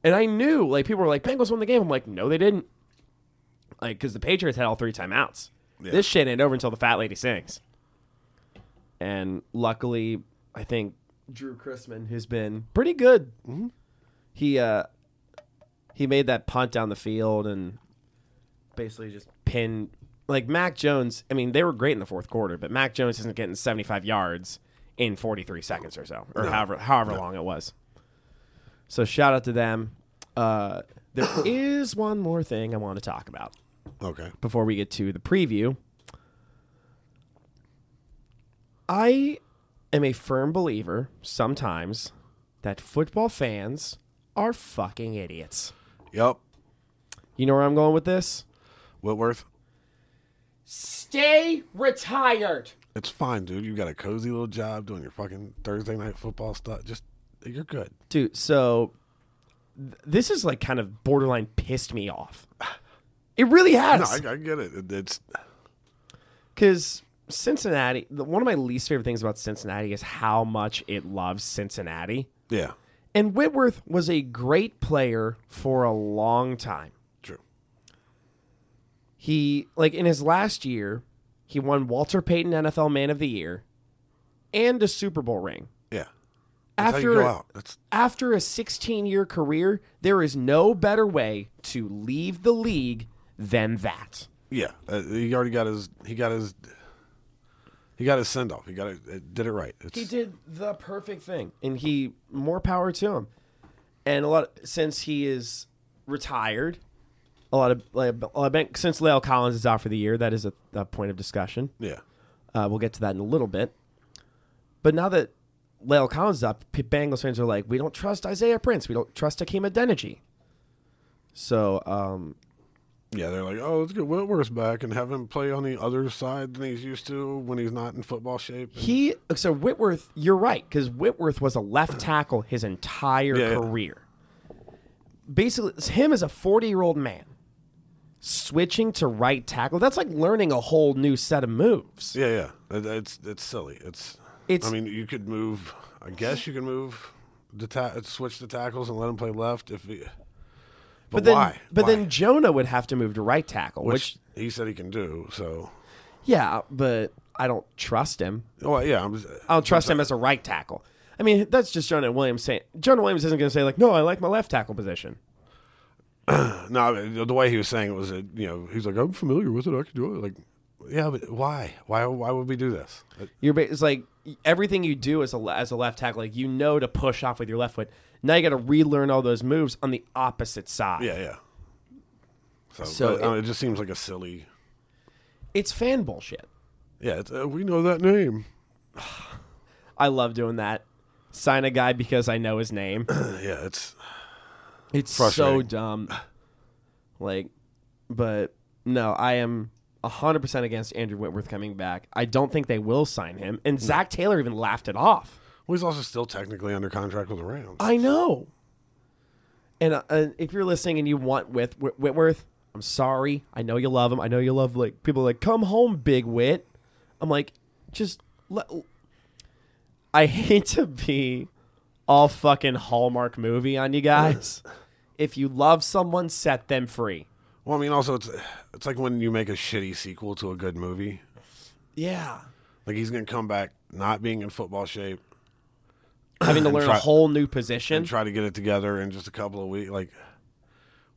Speaker 4: and i knew like people were like bengals won the game i'm like no they didn't like because the patriots had all three timeouts this shit ain't over until the fat lady sings and luckily, I think Drew Chrisman, who's been pretty good, he uh, he made that punt down the field and basically just pinned like Mac Jones. I mean, they were great in the fourth quarter, but Mac Jones isn't getting seventy five yards in forty three seconds or so, or however however long it was. So shout out to them. Uh, there is one more thing I want to talk about
Speaker 3: Okay.
Speaker 4: before we get to the preview. I am a firm believer sometimes that football fans are fucking idiots.
Speaker 3: Yep.
Speaker 4: You know where I'm going with this?
Speaker 3: Whitworth,
Speaker 4: Stay retired.
Speaker 3: it's fine, dude. You got a cozy little job doing your fucking Thursday night football stuff. Just, you're good.
Speaker 4: Dude, so th- this is like kind of borderline pissed me off. It really
Speaker 3: No,
Speaker 4: has.
Speaker 3: I, I get it. It- It's
Speaker 4: Because Cincinnati, the, one of my least favorite things about Cincinnati is how much it loves Cincinnati.
Speaker 3: yeah,
Speaker 4: And Whitworth was a great player for a long time.
Speaker 3: true.
Speaker 4: He like in his last year, he won Walter Payton NFL Man of the Year and a Super Bowl ring.
Speaker 3: Yeah, that's how you
Speaker 4: After-
Speaker 3: go out. That's
Speaker 4: After a 16-year career, there is no better way to leave the league than that.
Speaker 3: yeah. Uh, he already got his. He got his. He got his send off. He got it. it did it right. It's,
Speaker 4: He did the perfect thing, and he more power to him. And a lot since he is retired, a lot of like, a lot of bank- since Lale Collins is out for the year, that is a, a point of discussion.
Speaker 3: Yeah,
Speaker 4: Uh, we'll get to that in a little bit. But now that Lale Collins is up, P- Bengals fans are like, we don't trust Isaiah Prince, we don't trust Akeem Adeniji. So um,
Speaker 3: yeah. They're like, oh, let's get Whitworth back and have him play on the other side than he's used to when he's not in football shape. And-
Speaker 4: he, so Whitworth, you're right, because Whitworth was a left tackle his entire
Speaker 3: Yeah, yeah.
Speaker 4: career. Basically, it's him as a 40 year old man switching to right tackle, that's like learning a whole new set of moves.
Speaker 3: yeah, yeah. It, it's it's silly. It's.
Speaker 4: It's-
Speaker 3: I mean, you could move. I guess you could move. The ta- switch the tackles and let him play left if he. But,
Speaker 4: But then,
Speaker 3: why?
Speaker 4: but
Speaker 3: Why?
Speaker 4: then Jonah would have to move to right tackle, which
Speaker 3: which he said he can do. So,
Speaker 4: yeah, but I don't trust him.
Speaker 3: well, yeah. I'm, just-
Speaker 4: I'll trust him as a right tackle. I mean, that's just Jonah Williams saying. Jonah Williams isn't going to say like, "No, I like my left tackle position."
Speaker 3: No, I mean, the way he was saying it was, that, you know, he's like, I'm familiar with it. I can do it. Like, yeah, but why? Why? Why would we do this?
Speaker 4: You're ba- it's like everything you do as a le- as a left tackle, like you know to push off with your left foot. Now you got to relearn all those moves on the opposite side.
Speaker 3: Yeah, yeah. So,
Speaker 4: So
Speaker 3: I- I mean, it, just seems like a silly.
Speaker 4: it's fan bullshit.
Speaker 3: Yeah, it's, uh, we know that name.
Speaker 4: I love doing that. Sign a guy because I know his
Speaker 3: (coughs)
Speaker 4: name.
Speaker 3: Uh, Yeah, it's
Speaker 4: It's so
Speaker 3: Frustrating.
Speaker 4: dumb. Like, but no, I am 100% against Andrew Whitworth coming back. I don't think they will sign him. And Zach Taylor even laughed it off.
Speaker 3: well, he's also still technically under contract with the Rams.
Speaker 4: I know. And uh, uh, if you're listening and you want with Whit- Whitworth, I'm sorry. I know you love him. I know you love like people are like come home, big wit. I'm like just. Let, I (laughs) hate to be all fucking Hallmark movie on
Speaker 3: (laughs)
Speaker 4: you guys. if you love someone, set them free.
Speaker 3: Well, I mean, also it's it's like when you make a shitty sequel to a good movie.
Speaker 4: Yeah,
Speaker 3: Like he's gonna come back not being in football shape
Speaker 4: having to learn
Speaker 3: try-
Speaker 4: a whole new position.
Speaker 3: and try to get it together in just a couple of weeks. Like,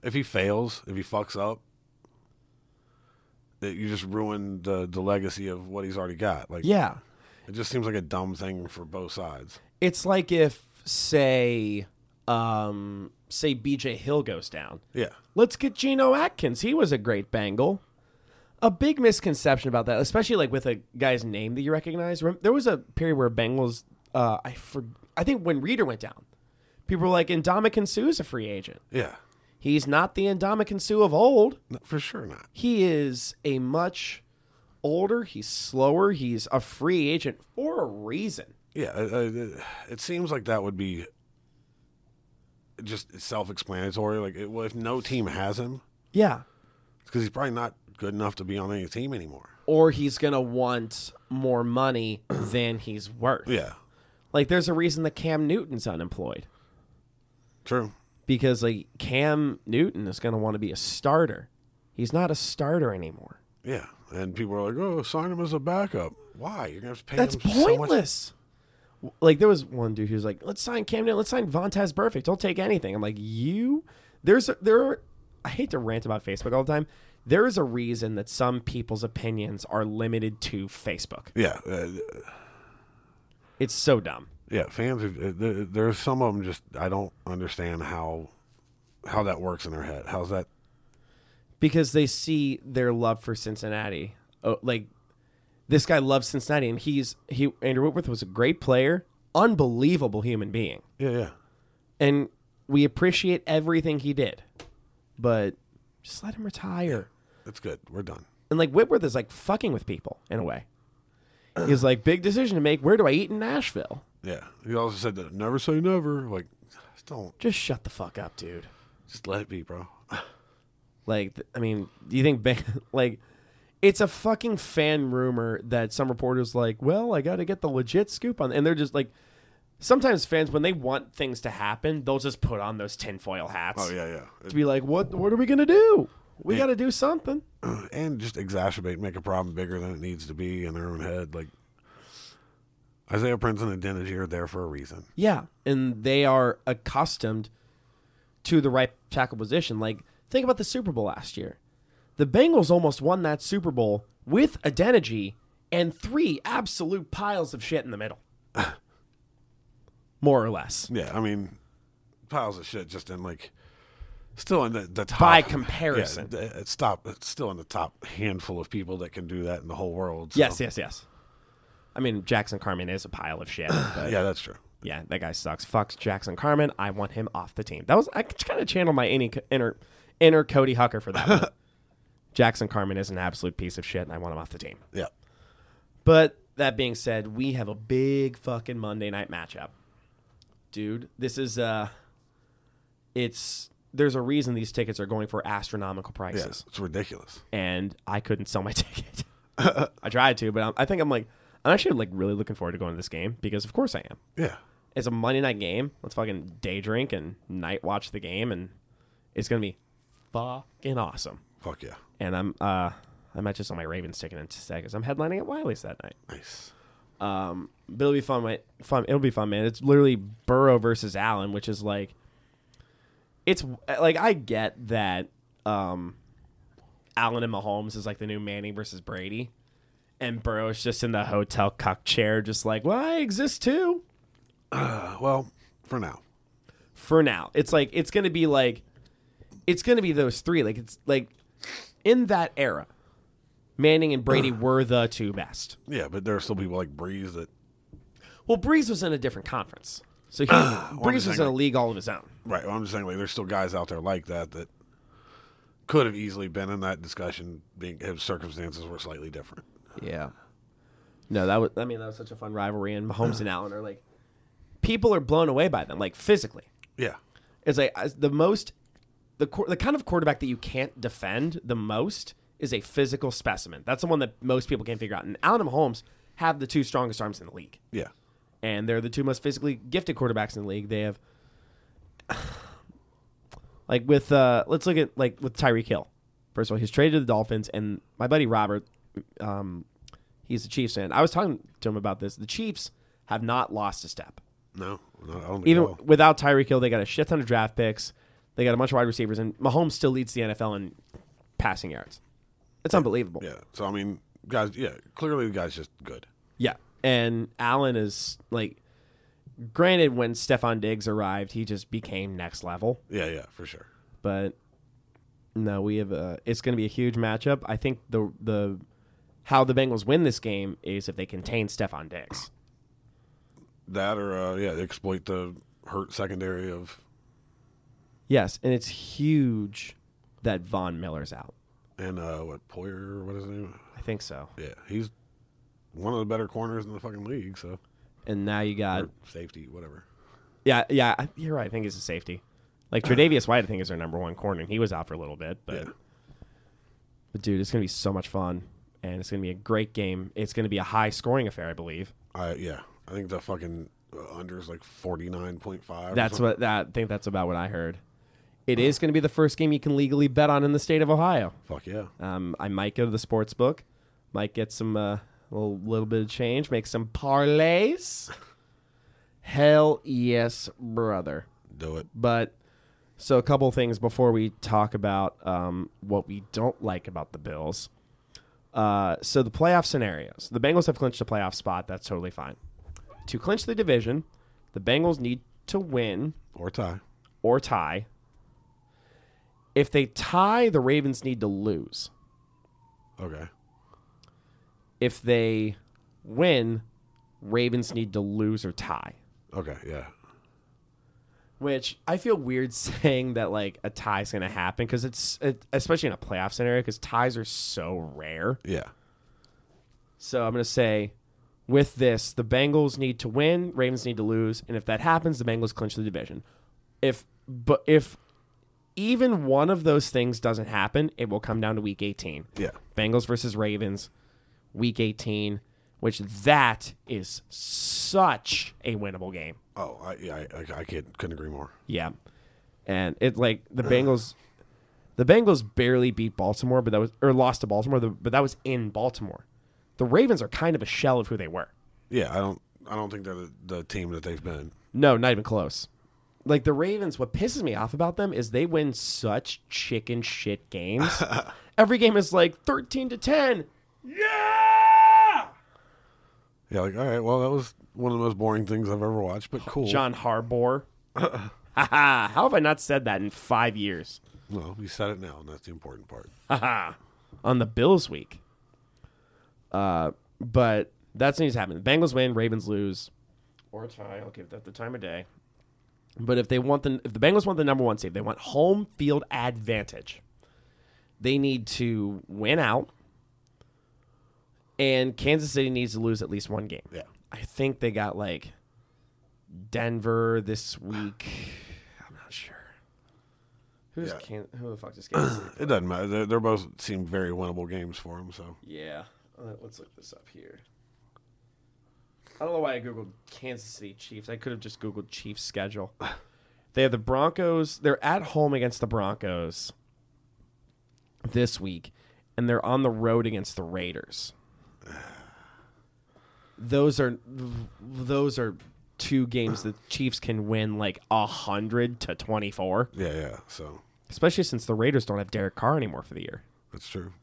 Speaker 3: if he fails, if he fucks up, that you just ruin the the legacy of what he's already got. Like,
Speaker 4: yeah,
Speaker 3: it just seems like a dumb thing for both sides.
Speaker 4: it's like if say, um, say B.J. Hill goes down.
Speaker 3: Yeah,
Speaker 4: Let's get Geno Atkins. He was a great Bengal. a big misconception about that, especially like with a guy's name that you recognize. Rem- There was a period where Bengals, uh, I for, I think when Reader went down, people were like, "Indomitian Sue's a free agent.
Speaker 3: Yeah,
Speaker 4: He's not the Indomitian Sue of old.
Speaker 3: No, for sure not.
Speaker 4: He is a much older. He's slower. He's a free agent for a reason."
Speaker 3: Yeah, uh, uh, it seems like that would be just self-explanatory. Like, it, well, if no team has him,
Speaker 4: Yeah,
Speaker 3: it's because he's probably not good enough to be on any team anymore.
Speaker 4: or he's gonna want more money than he's worth.
Speaker 3: Yeah,
Speaker 4: Like there's a reason that Cam Newton's unemployed
Speaker 3: true.
Speaker 4: because like Cam Newton is going to want to be a starter. He's not a starter anymore.
Speaker 3: Yeah, and people are like, "Oh, sign him as a backup." Why? You're gonna have to pay
Speaker 4: That's
Speaker 3: him so much-
Speaker 4: pointless. W- Like there was one dude who was like, "Let's sign Cam Newton. Let's sign Vontez Perfect. Don't take anything." I'm like, "You there's a, there are I hate to rant about Facebook all the time. There is a reason that some people's opinions are limited to Facebook.
Speaker 3: Yeah, uh,
Speaker 4: It's so dumb.
Speaker 3: yeah. Fans, are- uh, there, there's some of them just I don't understand how how that works in their head. How's that?
Speaker 4: because they see their love for Cincinnati. Oh, like this guy loves Cincinnati, and he's he Andrew Whitworth was a great player, unbelievable human being,
Speaker 3: Yeah, yeah.
Speaker 4: and we appreciate everything he did. But just let him retire.
Speaker 3: It's good. We're done.
Speaker 4: And like Whitworth is like fucking with people in a way. He's like big decision to make. Where do I eat in Nashville?
Speaker 3: Yeah. He also said that never say never. Like, just don't
Speaker 4: Just shut the fuck up, dude.
Speaker 3: just let it be, bro.
Speaker 4: Like, th- I mean, do you think Ben- (laughs) like it's a fucking fan rumor that some reporters like, well, I got to get the legit scoop on, and they're just like, sometimes fans when they want things to happen, they'll just put on those tinfoil hats
Speaker 3: Oh yeah, yeah.
Speaker 4: to be like, what what are we gonna do? We got to do something.
Speaker 3: (clears throat) and just exacerbate, make a problem bigger than it needs to be in their own head. Like Isaiah Prince and Adeniji are there for a reason.
Speaker 4: Yeah, and they are accustomed to the right tackle position. Like, think about the Super Bowl last year. The Bengals almost won that Super Bowl with Adeniji and three absolute piles of shit in the middle. More or less.
Speaker 3: Yeah, I mean, piles of shit just in like still in the, the top
Speaker 4: By
Speaker 3: yeah,
Speaker 4: comparison.
Speaker 3: th- it's top. It's still in the top handful of people that can do that in the whole world. so-
Speaker 4: Yes, yes, yes. I mean, Jackson Carmen is a pile of shit. but
Speaker 3: yeah, that's true.
Speaker 4: yeah, that guy sucks. Fucks Jackson Carmen. I want him off the team. That was I kind of channeled my inner inner, inner Cody Hucker for that. (laughs) one. Jackson Carmen is an absolute piece of shit, and I want him off the team.
Speaker 3: Yeah,
Speaker 4: But that being said, we have a big fucking Monday night matchup. Dude, this is uh it's there's a reason these tickets are going for astronomical
Speaker 3: yes,
Speaker 4: prices.
Speaker 3: it's ridiculous.
Speaker 4: And I couldn't sell my (laughs) ticket. I tried to, but I'm, I think I'm like I'm actually like really looking forward to going to this game because of course I am.
Speaker 3: Yeah,
Speaker 4: It's a Monday night game. Let's fucking day drink and night watch the game and it's going to be fucking awesome.
Speaker 3: fuck yeah,
Speaker 4: And I'm uh I might just on my Ravens ticket in just a second. 'cause I'm headlining at Wiley's that night.
Speaker 3: nice.
Speaker 4: But it'll be fun, man. Fun. It'll be fun, man. It's literally Burrow versus Allen, which is like, it's like I get that um, Allen and Mahomes is like the new Manning versus Brady, and Burrow's just in the hotel cuck chair, just like, well, I exist too.
Speaker 3: Uh, well, for now,
Speaker 4: For now, it's like it's gonna be like, it's gonna be those three. Like it's like in that era, Manning and Brady were the two best.
Speaker 3: yeah, but there are still people like Breeze that
Speaker 4: Well, Breeze was in a different conference, so he, Breeze was in
Speaker 3: saying,
Speaker 4: a
Speaker 3: like-
Speaker 4: league all of his own.
Speaker 3: Right. Well, I'm just saying, like, there's still guys out there like that that could have easily been in that discussion, being if circumstances were slightly different.
Speaker 4: Yeah. No, that was. I mean, that was such a fun rivalry, and Mahomes and Allen are like, people are blown away by them, like physically.
Speaker 3: Yeah.
Speaker 4: It's like as the most, the quar- the kind of quarterback that you can't defend the most is a physical specimen. That's the one that most people can't figure out. And Allen and Mahomes have the two strongest arms in the league,
Speaker 3: Yeah.
Speaker 4: and they're the two most physically gifted quarterbacks in the league. They have, (sighs) like with uh, let's look at like with Tyreek Hill. First of all, he's traded to the Dolphins, and my buddy Robert, um, he's a Chiefs fan. I was talking to him about this. The Chiefs have not lost a step.
Speaker 3: No. no I don't think
Speaker 4: Even
Speaker 3: at all.
Speaker 4: without Tyreek Hill, they got a shit ton of draft picks. They got a bunch of wide receivers, and Mahomes still leads the NFL in passing yards. It's unbelievable.
Speaker 3: Yeah. So I mean, guys. Yeah. Clearly, the guy's just good.
Speaker 4: Yeah. And Allen is like, granted, when Stefan Diggs arrived, he just became next level.
Speaker 3: Yeah. Yeah. For sure.
Speaker 4: But No, we have a. It's going to be a huge matchup. I think the the how the Bengals win this game is if they contain Stephon Diggs.
Speaker 3: That or uh, yeah, they exploit the hurt secondary of
Speaker 4: Yes, and it's huge that Von Miller's out.
Speaker 3: and uh, what Poyer? What is his name?
Speaker 4: I think so.
Speaker 3: Yeah, he's one of the better corners in the fucking league. So
Speaker 4: And now you got
Speaker 3: or safety, whatever.
Speaker 4: yeah yeah. I- You're right. I think it's a safety. Like Tre'Davious White, I think is their number one corner, and he was out for a little bit. But
Speaker 3: Yeah.
Speaker 4: but dude, it's going to be so much fun, and it's going to be a great game. It's going to be a high scoring affair, I believe.
Speaker 3: I yeah, I think the fucking uh, under is like forty nine point five.
Speaker 4: That's what that I think that's about what I heard. It is going to be the first game you can legally bet on in the state of Ohio.
Speaker 3: Fuck yeah.
Speaker 4: Um, I might go to the sports book, might get some uh, little little bit of change, make some parlays. Hell yes, brother.
Speaker 3: Do it.
Speaker 4: But so a couple things before we talk about um, what we don't like about the Bills. Uh, so the playoff scenarios: the Bengals have clinched a playoff spot. That's totally fine. To clinch the division, the Bengals need to win
Speaker 3: Or tie.
Speaker 4: or tie. If they tie, the Ravens need to lose.
Speaker 3: Okay.
Speaker 4: If they win, Ravens need to lose or tie.
Speaker 3: Okay. Yeah.
Speaker 4: Which I feel weird (laughs) saying that like a tie's gonna happen because it's it, especially in a playoff scenario because ties are so rare.
Speaker 3: Yeah.
Speaker 4: So I'm gonna say, with this, the Bengals need to win, Ravens need to lose, and if that happens, the Bengals clinch the division. If but if even one of those things doesn't happen, it will come down to Week 18.
Speaker 3: Yeah.
Speaker 4: Bengals versus Ravens, Week 18, which that is such a winnable game.
Speaker 3: Oh, I yeah, I, I, I can't, couldn't agree more.
Speaker 4: Yeah. And it like the Bengals the Bengals barely beat Baltimore, but that was or lost to Baltimore, the- but that was in Baltimore. The Ravens are kind of a shell of who they were.
Speaker 3: Yeah, I don't I don't think they're the, the team that they've been.
Speaker 4: No, not even close. Like the Ravens, what pisses me off about them is they win such chicken shit games. Every game is like 13 to 10.
Speaker 3: Yeah, like all right, well that was one of the most boring things I've ever watched, but cool.
Speaker 4: John Harbaugh. Haha, how have I not said that in five years?
Speaker 3: Well, you said it now, and that's the important part.
Speaker 4: on the Bills week. Uh, but that's what needs to happen. The Bengals win, Ravens lose, or tie. I'll give that the time of day. But if they want the if the Bengals want the number one seed, they want home field advantage. They need to win out, and Kansas City needs to lose at least one game.
Speaker 3: Yeah.
Speaker 4: I think they got like Denver this week. (sighs) I'm not sure. Who's
Speaker 3: Yeah.
Speaker 4: Can- who the fuck is Kansas City?
Speaker 3: It doesn't matter. They're, they're both seem very winnable games for them. So
Speaker 4: Yeah. Uh, Let's look this up here. I don't know why I Googled Kansas City Chiefs. I could have just Googled Chiefs schedule. (sighs) They have the Broncos. They're at home against the Broncos this week, and they're on the road against the Raiders. (sighs) Those are those are two games the Chiefs can win like hundred to twenty four.
Speaker 3: yeah, yeah. So
Speaker 4: Especially since the Raiders don't have Derek Carr anymore for the year.
Speaker 3: that's true.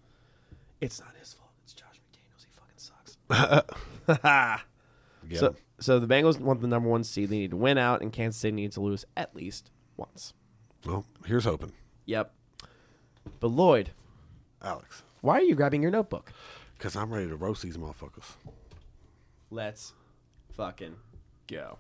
Speaker 4: It's not his fault. It's Josh McDaniels. He fucking sucks. (laughs)
Speaker 3: Yeah.
Speaker 4: So, so the Bengals want the number one seed. They need to win out, and Kansas City needs to lose at least once.
Speaker 3: well, here's hoping,
Speaker 4: Yep. But Lloyd,
Speaker 3: Alex,
Speaker 4: why are you grabbing your notebook?
Speaker 3: because I'm ready to roast these motherfuckers.
Speaker 4: Let's fucking go.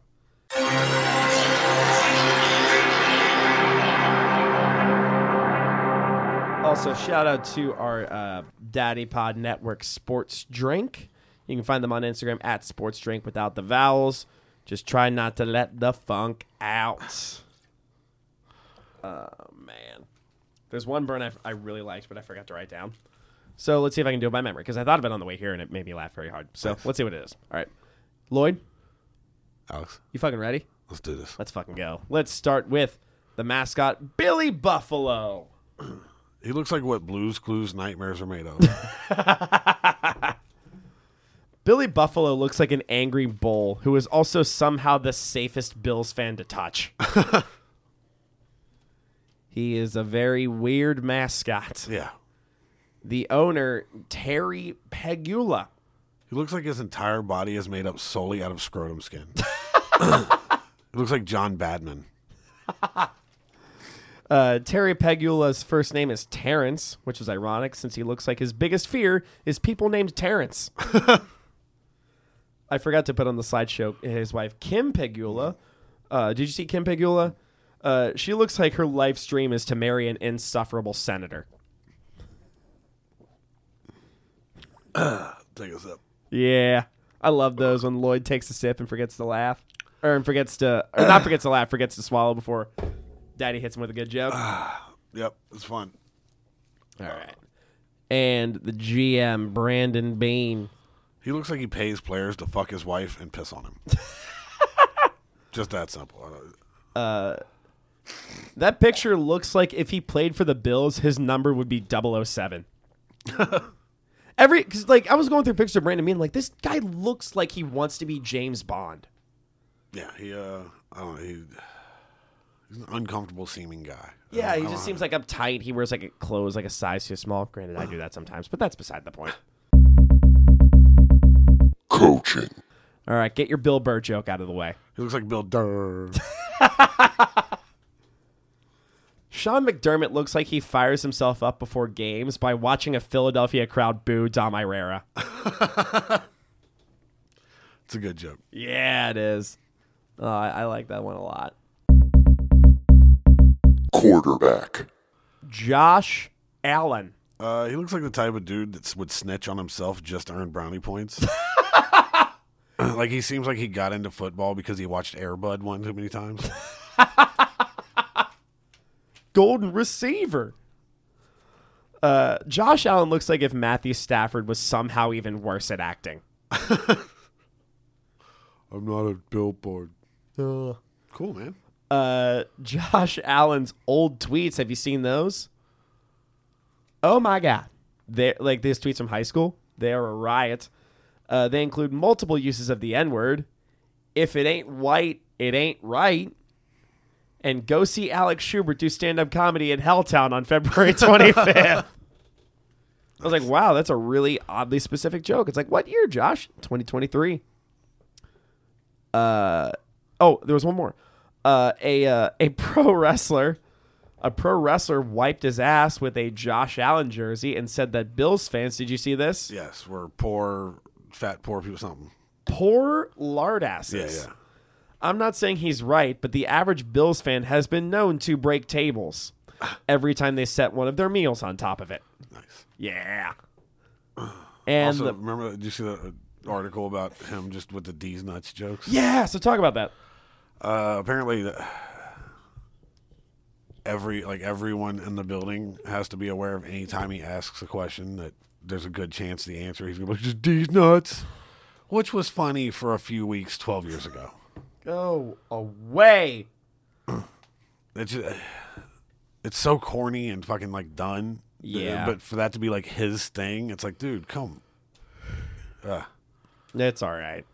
Speaker 4: Also, shout out to our uh, Daddy Pod Network Sports Drink. You can find them on Instagram at Sports Drink without the vowels. Just try not to let the funk out. Oh, man. There's one burn I, I really liked, but I forgot to write down. So let's see if I can do it by memory because I thought of it on the way here and it made me laugh very hard. So let's see what it is. All right. Lloyd,
Speaker 3: Alex,
Speaker 4: you fucking ready?
Speaker 3: let's do this.
Speaker 4: Let's fucking go. Let's start with the mascot, Billy Buffalo.
Speaker 3: He looks like what Blues Clues nightmares are made of.
Speaker 4: Billy Buffalo looks like an angry bull who is also somehow the safest Bills fan to (laughs) touch. he is a very weird mascot.
Speaker 3: yeah,
Speaker 4: The owner, Terry Pegula.
Speaker 3: He looks like his entire body is made up solely out of scrotum skin. it looks like John Badman.
Speaker 4: Uh, Terry Pegula's first name is Terrence, which is ironic since he looks like his biggest fear is people named Terrence. (laughs) I forgot to put on the slideshow his wife, Kim Pegula. Uh, did you see Kim Pegula? Uh, she looks like her life's dream is to marry an insufferable senator.
Speaker 3: Take a sip.
Speaker 4: Yeah, I love those when Lloyd takes a sip and forgets to laugh, or and forgets to or not forgets to laugh, forgets to swallow before Daddy hits him with a good joke. All
Speaker 3: Yep, it's fun.
Speaker 4: right. And the GM Brandon Bean.
Speaker 3: He looks like he pays players to fuck his wife and piss on (laughs) him. Just that simple. I don't-
Speaker 4: That picture looks like if he played for the Bills, his number would be (laughs) 007. Every cause like I was going through pictures of Brandon Bean, like this guy looks like he wants to be James Bond.
Speaker 3: Yeah, he. Uh, I don't know. He, he's an uncomfortable seeming guy.
Speaker 4: Yeah,
Speaker 3: I
Speaker 4: he
Speaker 3: don't
Speaker 4: just
Speaker 3: know.
Speaker 4: seems like oh. uptight. He wears like clothes like a size too small. Granted, I do that sometimes, but that's beside the point.
Speaker 2: Coaching.
Speaker 4: All right, get your Bill Burr joke out of the way.
Speaker 3: He looks like Bill Durr.
Speaker 4: Sean McDermott looks like he fires himself up before games by watching a Philadelphia crowd boo Dom Irera.
Speaker 3: it's a good (laughs) joke.
Speaker 4: (laughs) yeah, it is. Oh, I, I like that one a lot.
Speaker 2: Quarterback.
Speaker 4: Josh Allen.
Speaker 3: Uh, he looks like the type of dude that would snitch on himself just to earn brownie (laughs) points. (clears throat) like he seems like he got into football because he watched Airbud one too many times.
Speaker 4: golden receiver. Uh, Josh Allen looks like if Matthew Stafford was somehow even worse at acting.
Speaker 3: (laughs) I'm not a billboard. Cool man.
Speaker 4: Uh, (laughs) Josh Allen's old tweets. Have you seen those? Oh my god, they like these tweets from high school. They are a riot. Uh, they include multiple uses of the N word. If it ain't white, it ain't right. And go see Alex Schubert do stand up comedy in Helltown on February 25th. I was like, wow, that's a really oddly specific joke. It's like, what year, Josh? 2023. Oh, there was one more. Uh, a uh, a pro wrestler, a pro wrestler wiped his ass with a Josh Allen jersey and said that Bills fans. Did you see this?
Speaker 3: Yes, we're poor, fat, poor people. Something.
Speaker 4: Poor lard asses.
Speaker 3: Yeah, yeah.
Speaker 4: I'm not saying he's right, but the average Bills fan has been known to break
Speaker 3: (sighs)
Speaker 4: tables every time they set one of their meals on top of it.
Speaker 3: Nice. (sighs)
Speaker 4: Yeah. And
Speaker 3: also,
Speaker 4: the-
Speaker 3: remember? Did you see the uh, article about him just with the D's nuts jokes?
Speaker 4: yeah, so talk about that.
Speaker 3: Uh, apparently, the, every like everyone in the building has to be aware of any time he asks a question that there's a good chance the answer he's gonna be like, just D's nuts, which was funny for a few weeks twelve years ago.
Speaker 4: Go away.
Speaker 3: It's just, it's so corny and fucking like done.
Speaker 4: Yeah.
Speaker 3: but for that to be like his thing, it's like, dude, come.
Speaker 4: That's all right.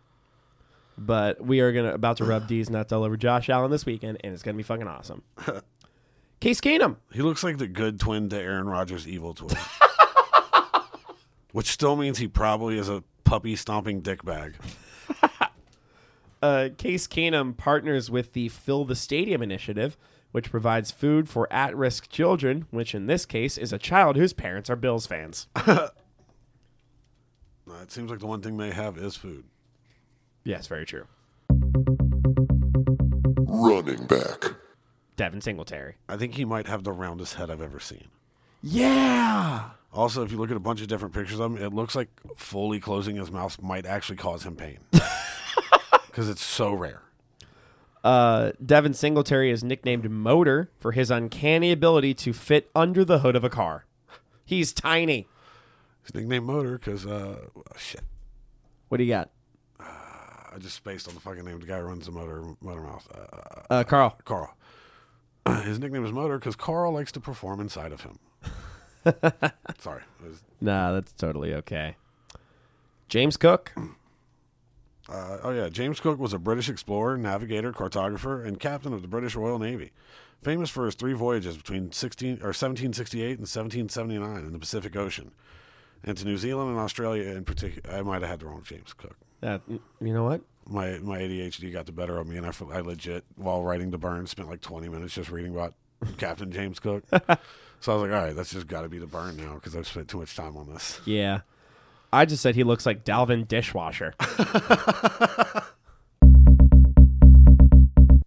Speaker 4: But we are gonna about
Speaker 3: (sighs)
Speaker 4: to rub D's nuts all over Josh Allen this weekend, and it's gonna be
Speaker 3: (laughs)
Speaker 4: fucking awesome. Case Keenum.
Speaker 3: He looks like the good twin to Aaron Rodgers' evil twin. Which still means he probably is a puppy stomping dick bag.
Speaker 4: Uh, Case Keenum partners with the Fill the Stadium initiative, which provides food for at-risk children, which in this case is a child whose parents are Bills fans. (laughs)
Speaker 3: Uh, it seems like the one thing they have is food.
Speaker 4: yes, very true.
Speaker 2: Running back.
Speaker 4: Devin Singletary.
Speaker 3: I think he might have the roundest head I've ever seen.
Speaker 4: Yeah.
Speaker 3: Also, if you look at a bunch of different pictures of him, it looks like fully closing his mouth might actually cause him pain. Because it's so rare.
Speaker 4: Uh, Devin Singletary is nicknamed Motor for his uncanny ability to fit under the hood of a car. He's tiny.
Speaker 3: His nickname Motor, because, uh, oh, shit.
Speaker 4: What do you got?
Speaker 3: I just spaced on the fucking name. of The guy who runs the motor, motor mouth. Uh,
Speaker 4: Uh, Carl.
Speaker 3: Carl. (clears throat) His nickname is Motor because Carl likes to perform inside of him. Sorry. It was-
Speaker 4: Nah, that's totally okay. James Cook.
Speaker 3: uh, oh, yeah. James Cook was a British explorer, navigator, cartographer, and captain of the British Royal Navy. Famous for his three voyages between 16, or 1768 and 1779 in the Pacific Ocean, and to New Zealand and Australia in particular. I might have had the wrong James Cook.
Speaker 4: That you know what?
Speaker 3: My my ADHD got the better of me, and I, f- I legit, while writing the burn, spent like 20 minutes just reading about (laughs) Captain James Cook. so I was like, all right, that's just got to be the burn now because I've spent too much time on this.
Speaker 4: Yeah. I just said he looks like Dalvin Dishwasher.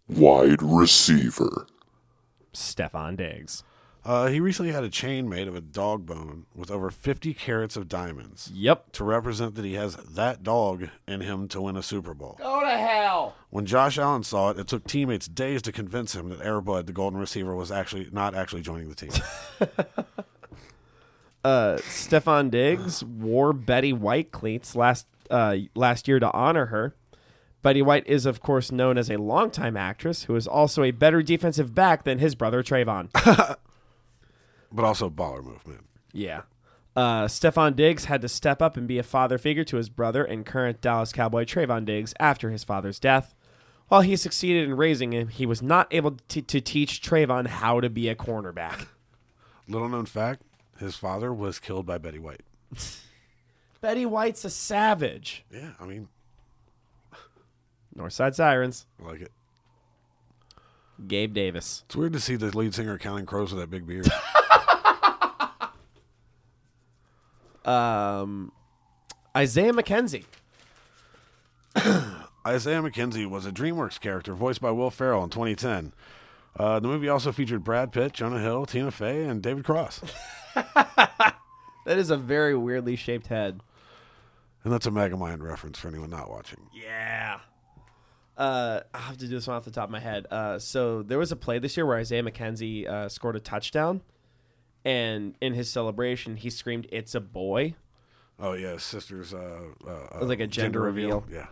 Speaker 2: Wide receiver.
Speaker 4: Stefan Diggs.
Speaker 3: Uh, he recently had a chain made of a dog bone with over 50 carats of diamonds
Speaker 4: Yep.
Speaker 3: to represent that he has that dog in him to win a Super Bowl. Go to hell! When Josh Allen saw it, it took teammates days to convince him that Airbud, the golden receiver, was actually not actually joining the team.
Speaker 4: Uh, Stefan Diggs wore Betty White cleats last uh, last year to honor her. Betty White is, of course, known as a longtime actress who is also a better defensive back than his brother (laughs) Trayvon.
Speaker 3: but also baller movement.
Speaker 4: Yeah. Uh, Stefan Diggs had to step up and be a father figure to his brother and current Dallas Cowboy Trayvon Diggs after his father's death. While he succeeded in raising him, he was not able to, to teach Trayvon how to be a cornerback.
Speaker 3: Little known fact his father was killed by Betty White.
Speaker 4: (laughs) Betty White's a savage.
Speaker 3: Yeah, I mean,
Speaker 4: Northside Sirens.
Speaker 3: I like it.
Speaker 4: Gabe Davis.
Speaker 3: It's weird to see the lead singer counting crows with that big (laughs) beard.
Speaker 4: Um, Isaiah McKenzie.
Speaker 3: Isaiah McKenzie was a DreamWorks character voiced by Will Ferrell in 2010. Uh, the movie also featured Brad Pitt, Jonah Hill, Tina Fey, and David (laughs) Cross.
Speaker 4: That is a very weirdly shaped head.
Speaker 3: And that's a Megamind reference for anyone not watching.
Speaker 4: Yeah. Uh, I have to do this one off the top of my head. Uh, so there was a play this year where Isaiah McKenzie uh, scored a touchdown, and in his celebration, he screamed, "It's a boy!"
Speaker 3: Oh, yeah, his sister's. Uh, uh, uh,
Speaker 4: was like a gender reveal.
Speaker 3: Yeah.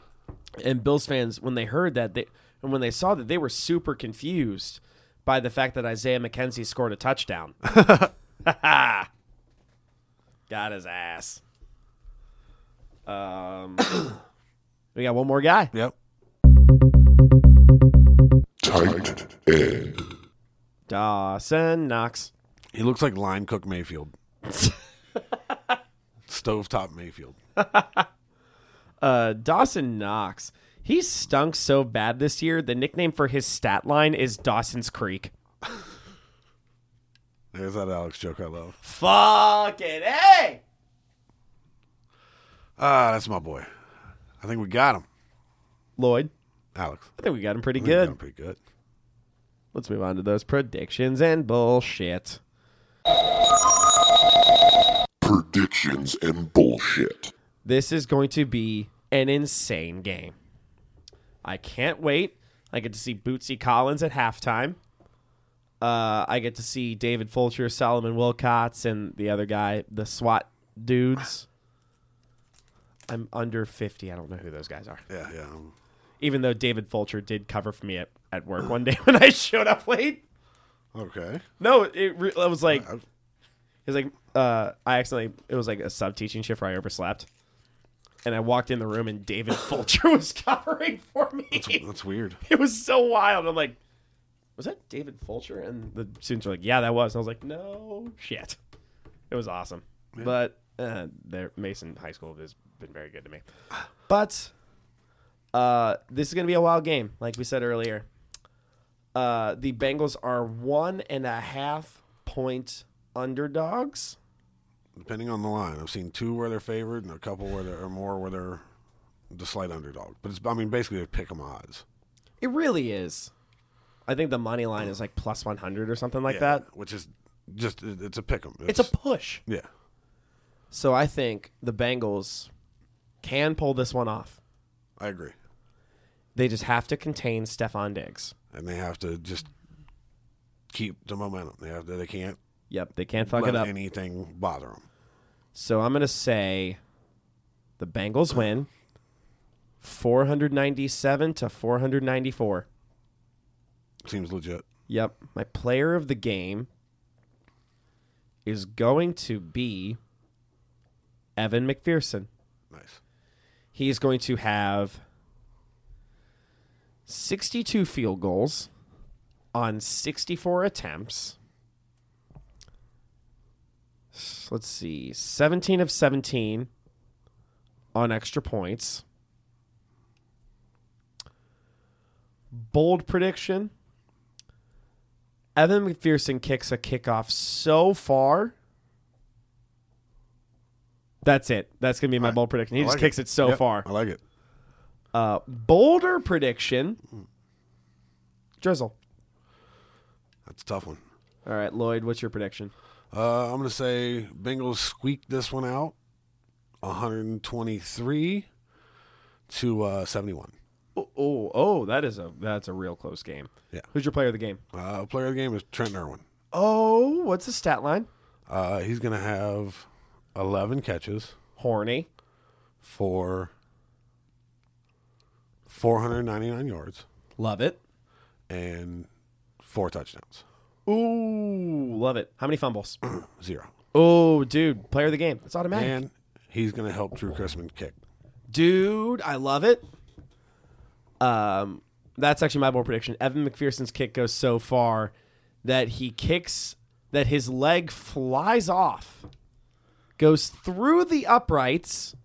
Speaker 4: And Bills fans, when they heard that, they and when they saw that, they were super confused by the fact that Isaiah McKenzie scored a touchdown. got his ass. Um, (coughs) we got one more guy.
Speaker 3: Yep.
Speaker 2: Tight end.
Speaker 4: Dawson Knox.
Speaker 3: He looks like Line Cook (laughs) Mayfield. Stovetop Mayfield.
Speaker 4: uh, Dawson Knox. He stunk so bad this year. The nickname for his stat line is Dawson's Creek.
Speaker 3: There's that Alex joke I love.
Speaker 4: Fucking hey!
Speaker 3: Ah, that's my boy. I think we got him.
Speaker 4: Lloyd,
Speaker 3: Alex.
Speaker 4: I think we got him pretty
Speaker 3: I think we got
Speaker 4: good.
Speaker 3: him pretty good.
Speaker 4: Let's move on to those predictions and bullshit.
Speaker 2: Predictions and bullshit.
Speaker 4: This is going to be an insane game. I can't wait. I get to see Bootsy Collins at halftime. Uh, I get to see David Fulcher, Solomon Wilcots, and the other guy, the SWAT dudes. I'm under 50. I don't know who those guys are.
Speaker 3: Yeah, yeah. um,
Speaker 4: Even though David Fulcher did cover for me at, at work one day (laughs) when I showed up late.
Speaker 3: Okay.
Speaker 4: No, it, re- I was like, it was like, uh, I accidentally, it was like a sub teaching shift where I overslept. And I walked in the room and David (laughs) Fulcher was covering for me. (laughs)
Speaker 3: That's weird.
Speaker 4: it was so wild. I'm like, was that David Fulcher? And the students were like, yeah, that was. And I was like, no shit. It was awesome. But uh, their Mason High School has been very good to me. But uh, this is going to be a wild game, like we said earlier. Uh, the Bengals are one and a half point underdogs.
Speaker 3: Depending on the line, I've seen two where they're favored and a couple where they're or more where they're the slight underdog. But it's, I mean, basically, they pick 'em odds.
Speaker 4: It really is. I think the money line is like plus 100 or something like
Speaker 3: Yeah,
Speaker 4: that.
Speaker 3: Which is just, it- it's a pick 'em.
Speaker 4: It's a push.
Speaker 3: Yeah.
Speaker 4: So I think the Bengals can pull this one off.
Speaker 3: I agree.
Speaker 4: They just have to contain Stefan Diggs.
Speaker 3: And they have to just keep the momentum. They have to, they can't
Speaker 4: Yep, they can't fuck
Speaker 3: let
Speaker 4: it up.
Speaker 3: anything bother them.
Speaker 4: So I'm going to say the Bengals win 497 to 494.
Speaker 3: Seems legit.
Speaker 4: Yep. My player of the game is going to be Evan McPherson.
Speaker 3: Nice.
Speaker 4: He's going to have 62 field goals on 64 attempts. S- Let's see. 17 of 17 on extra points. Bold prediction. Evan McPherson kicks a kickoff so far. That's it. That's gonna be my bold prediction. He
Speaker 3: I
Speaker 4: just
Speaker 3: like
Speaker 4: kicks it so
Speaker 3: Yep,
Speaker 4: far.
Speaker 3: I like it.
Speaker 4: Uh, bolder prediction. Drizzle.
Speaker 3: That's a tough one.
Speaker 4: All right, Lloyd. What's your prediction?
Speaker 3: Uh, I'm going to say Bengals squeaked this one out 123 to uh, 71.
Speaker 4: Oh, oh, oh, that is a that's a real close game.
Speaker 3: Yeah.
Speaker 4: Who's your player of the game?
Speaker 3: Uh, player of the game is Trent Irwin.
Speaker 4: Oh, what's the stat line?
Speaker 3: Uh, he's going to have 11 catches
Speaker 4: Horny.
Speaker 3: for 499 yards
Speaker 4: Love it.
Speaker 3: and four touchdowns. (clears throat)
Speaker 4: Ooh, love it. How many fumbles?
Speaker 3: Zero.
Speaker 4: oh, dude, player of the game. It's automatic.
Speaker 3: And he's going to help Drew Chrisman kick.
Speaker 4: Dude, I love it. Um, that's actually my bold prediction. Evan McPherson's kick goes so far that he kicks that his leg flies off, goes through the uprights,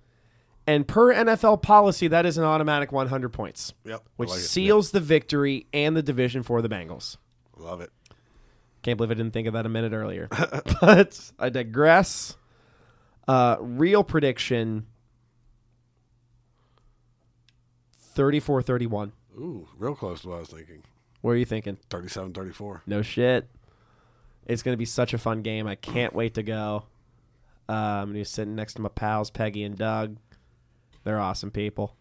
Speaker 4: and per NFL policy, that is an automatic 100 points.
Speaker 3: Yep, I
Speaker 4: Which
Speaker 3: like it.
Speaker 4: seals the victory and the division for the Bengals.
Speaker 3: Love it.
Speaker 4: Can't believe I didn't think of that a minute earlier. but I digress. Uh, real prediction 34 31.
Speaker 3: Ooh, real close to what I was thinking.
Speaker 4: What are you thinking?
Speaker 3: 37 34.
Speaker 4: No shit. It's going to be such a fun game. I can't wait to go. Uh, I'm going to be sitting next to my pals, Peggy and Doug. They're awesome people.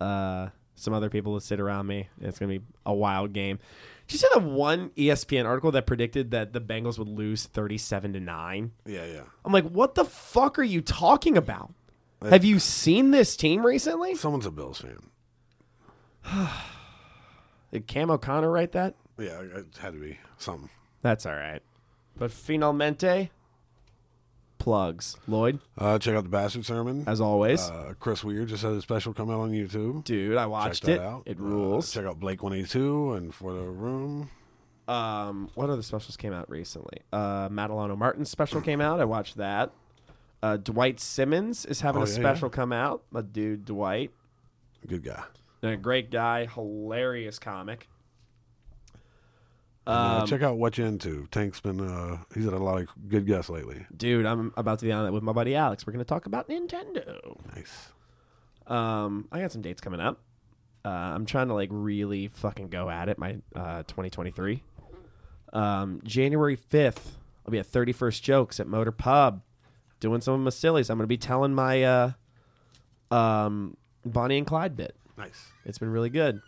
Speaker 4: Uh, some other people that sit around me. It's going to be a wild game. Did you see the one E ESPN article that predicted that the Bengals would lose 37 to 9?
Speaker 3: Yeah, yeah.
Speaker 4: I'm like, what the fuck are you talking about? Have you seen this team recently?
Speaker 3: Someone's a Bills fan.
Speaker 4: Did Cam O'Connor write that?
Speaker 3: Yeah, it had to be something.
Speaker 4: That's all right. But finalmente, plugs. Lloyd,
Speaker 3: Uh, check out the Bastard Sermon.
Speaker 4: as always.
Speaker 3: uh, Chris Weir just had a special come out on YouTube.
Speaker 4: Dude, I
Speaker 3: Check
Speaker 4: watched
Speaker 3: that
Speaker 4: it.
Speaker 3: out.
Speaker 4: It
Speaker 3: Uh,
Speaker 4: rules.
Speaker 3: check out Blake 182 and For the Room.
Speaker 4: um, what other specials came out recently? Uh, Madelano Martin's special came out. I watched that. Uh, Dwight Simmons is having
Speaker 3: Oh,
Speaker 4: a
Speaker 3: yeah,
Speaker 4: special come out. My dude, Dwight.
Speaker 3: Good guy.
Speaker 4: A great guy, hilarious comic. Um,
Speaker 3: Uh, check out What You Into. Tank's been, uh, he's had a lot of good guests lately.
Speaker 4: Dude, I'm about to be on that with my buddy Alex. We're going to talk about Nintendo.
Speaker 3: Nice.
Speaker 4: Um, I got some dates coming up. Uh, I'm trying to like really fucking go at it. My uh, 2023. Um, January 5th, I'll be at 31st Jokes at Motor Pub, doing some of my sillies. I'm gonna be telling my uh, um, Bonnie and Clyde bit.
Speaker 3: Nice.
Speaker 4: It's been really good.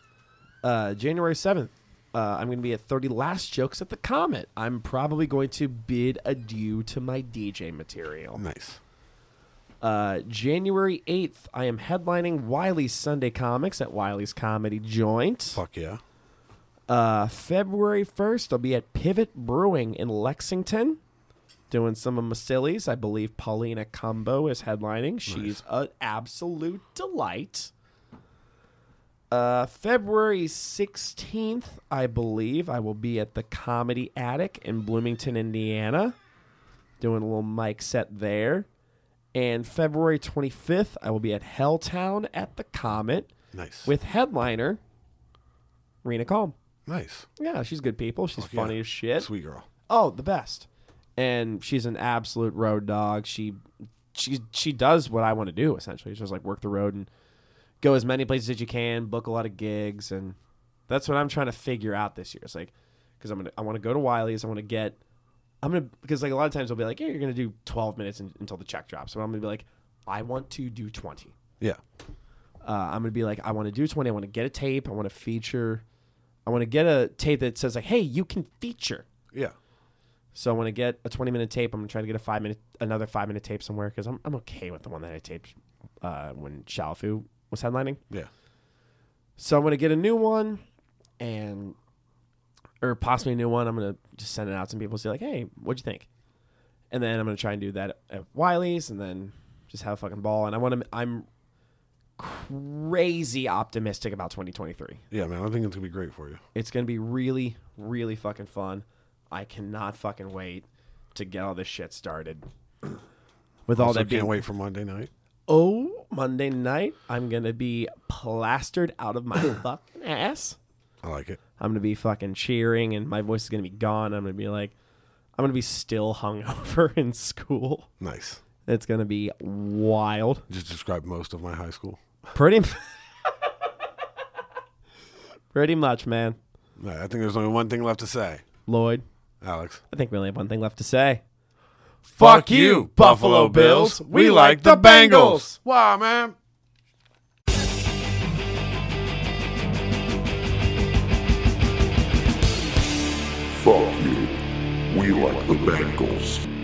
Speaker 4: Uh, January 7th, uh, I'm going to be at 30 Last Jokes at the Comet. I'm probably going to bid adieu to my DJ material.
Speaker 3: Nice.
Speaker 4: Uh, January 8th, I am headlining Wiley's Sunday Comics at Wiley's Comedy Joint.
Speaker 3: Fuck yeah.
Speaker 4: Uh, February 1st, I'll be at Pivot Brewing in Lexington doing some of my sillies. I believe Paulina Combo is headlining. She's an absolute delight. Uh, February 16th, I believe, I will be at the Comedy Attic in Bloomington, Indiana, doing a little mic set there. And February 25th, I will be at Helltown at the Comet
Speaker 3: Nice.
Speaker 4: with headliner Rena Calm.
Speaker 3: nice.
Speaker 4: Yeah, she's good people. She's
Speaker 3: yeah.
Speaker 4: funny as shit.
Speaker 3: Sweet girl.
Speaker 4: Oh, the best. And she's an absolute road dog. She she she does what I want to do essentially. Just like work the road and go as many places as you can, book a lot of gigs and that's what I'm trying to figure out this year. It's like cuz I'm going to I want to go to Wiley's, I want to get I'm going to because like a lot of times I'll be like, "Yeah, you're going to do 12 minutes un- until the check drops." But I'm going to be like, "I want to do 20."
Speaker 3: Yeah.
Speaker 4: uh, I'm gonna be like, I want to do 20. I want to get a tape. I want to feature. I want to get a tape that says like, hey, you can feature.
Speaker 3: Yeah.
Speaker 4: So I want to get a 20 minute tape. I'm gonna try to get a five minute, another five minute tape somewhere because I'm I'm okay with the one that I taped uh, when Shalafu was headlining.
Speaker 3: Yeah.
Speaker 4: So I'm gonna get a new one, and or possibly a new one. I'm gonna just send it out to some people. See like, hey, what'd you think? And then I'm gonna try and do that at Wiley's, and then just have a fucking ball. And I want to. I'm crazy optimistic about 2023.
Speaker 3: Yeah, man. I think it's going to be great for you.
Speaker 4: It's gonna be really, really fucking fun. I cannot fucking wait to get all this shit started. With all
Speaker 3: Also, can't
Speaker 4: that being
Speaker 3: wait for Monday night.
Speaker 4: oh
Speaker 3: (coughs)
Speaker 4: Monday night, I'm gonna be plastered out of my fucking ass.
Speaker 3: I like it.
Speaker 4: I'm gonna be fucking cheering, and my voice is gonna be gone. I'm gonna be like, I'm gonna be still (laughs) hungover in school.
Speaker 3: Nice.
Speaker 4: It's gonna be wild.
Speaker 3: Just describe most of my high school.
Speaker 4: Pretty, m- (laughs) pretty much, man.
Speaker 3: All right, I think there's only one thing left to say,
Speaker 4: Lloyd,
Speaker 3: Alex.
Speaker 4: I think we only have one thing left to say.
Speaker 3: Fuck you, Buffalo Bills. We like the Bengals. Wow, man.
Speaker 2: Fuck you. We like the Bengals.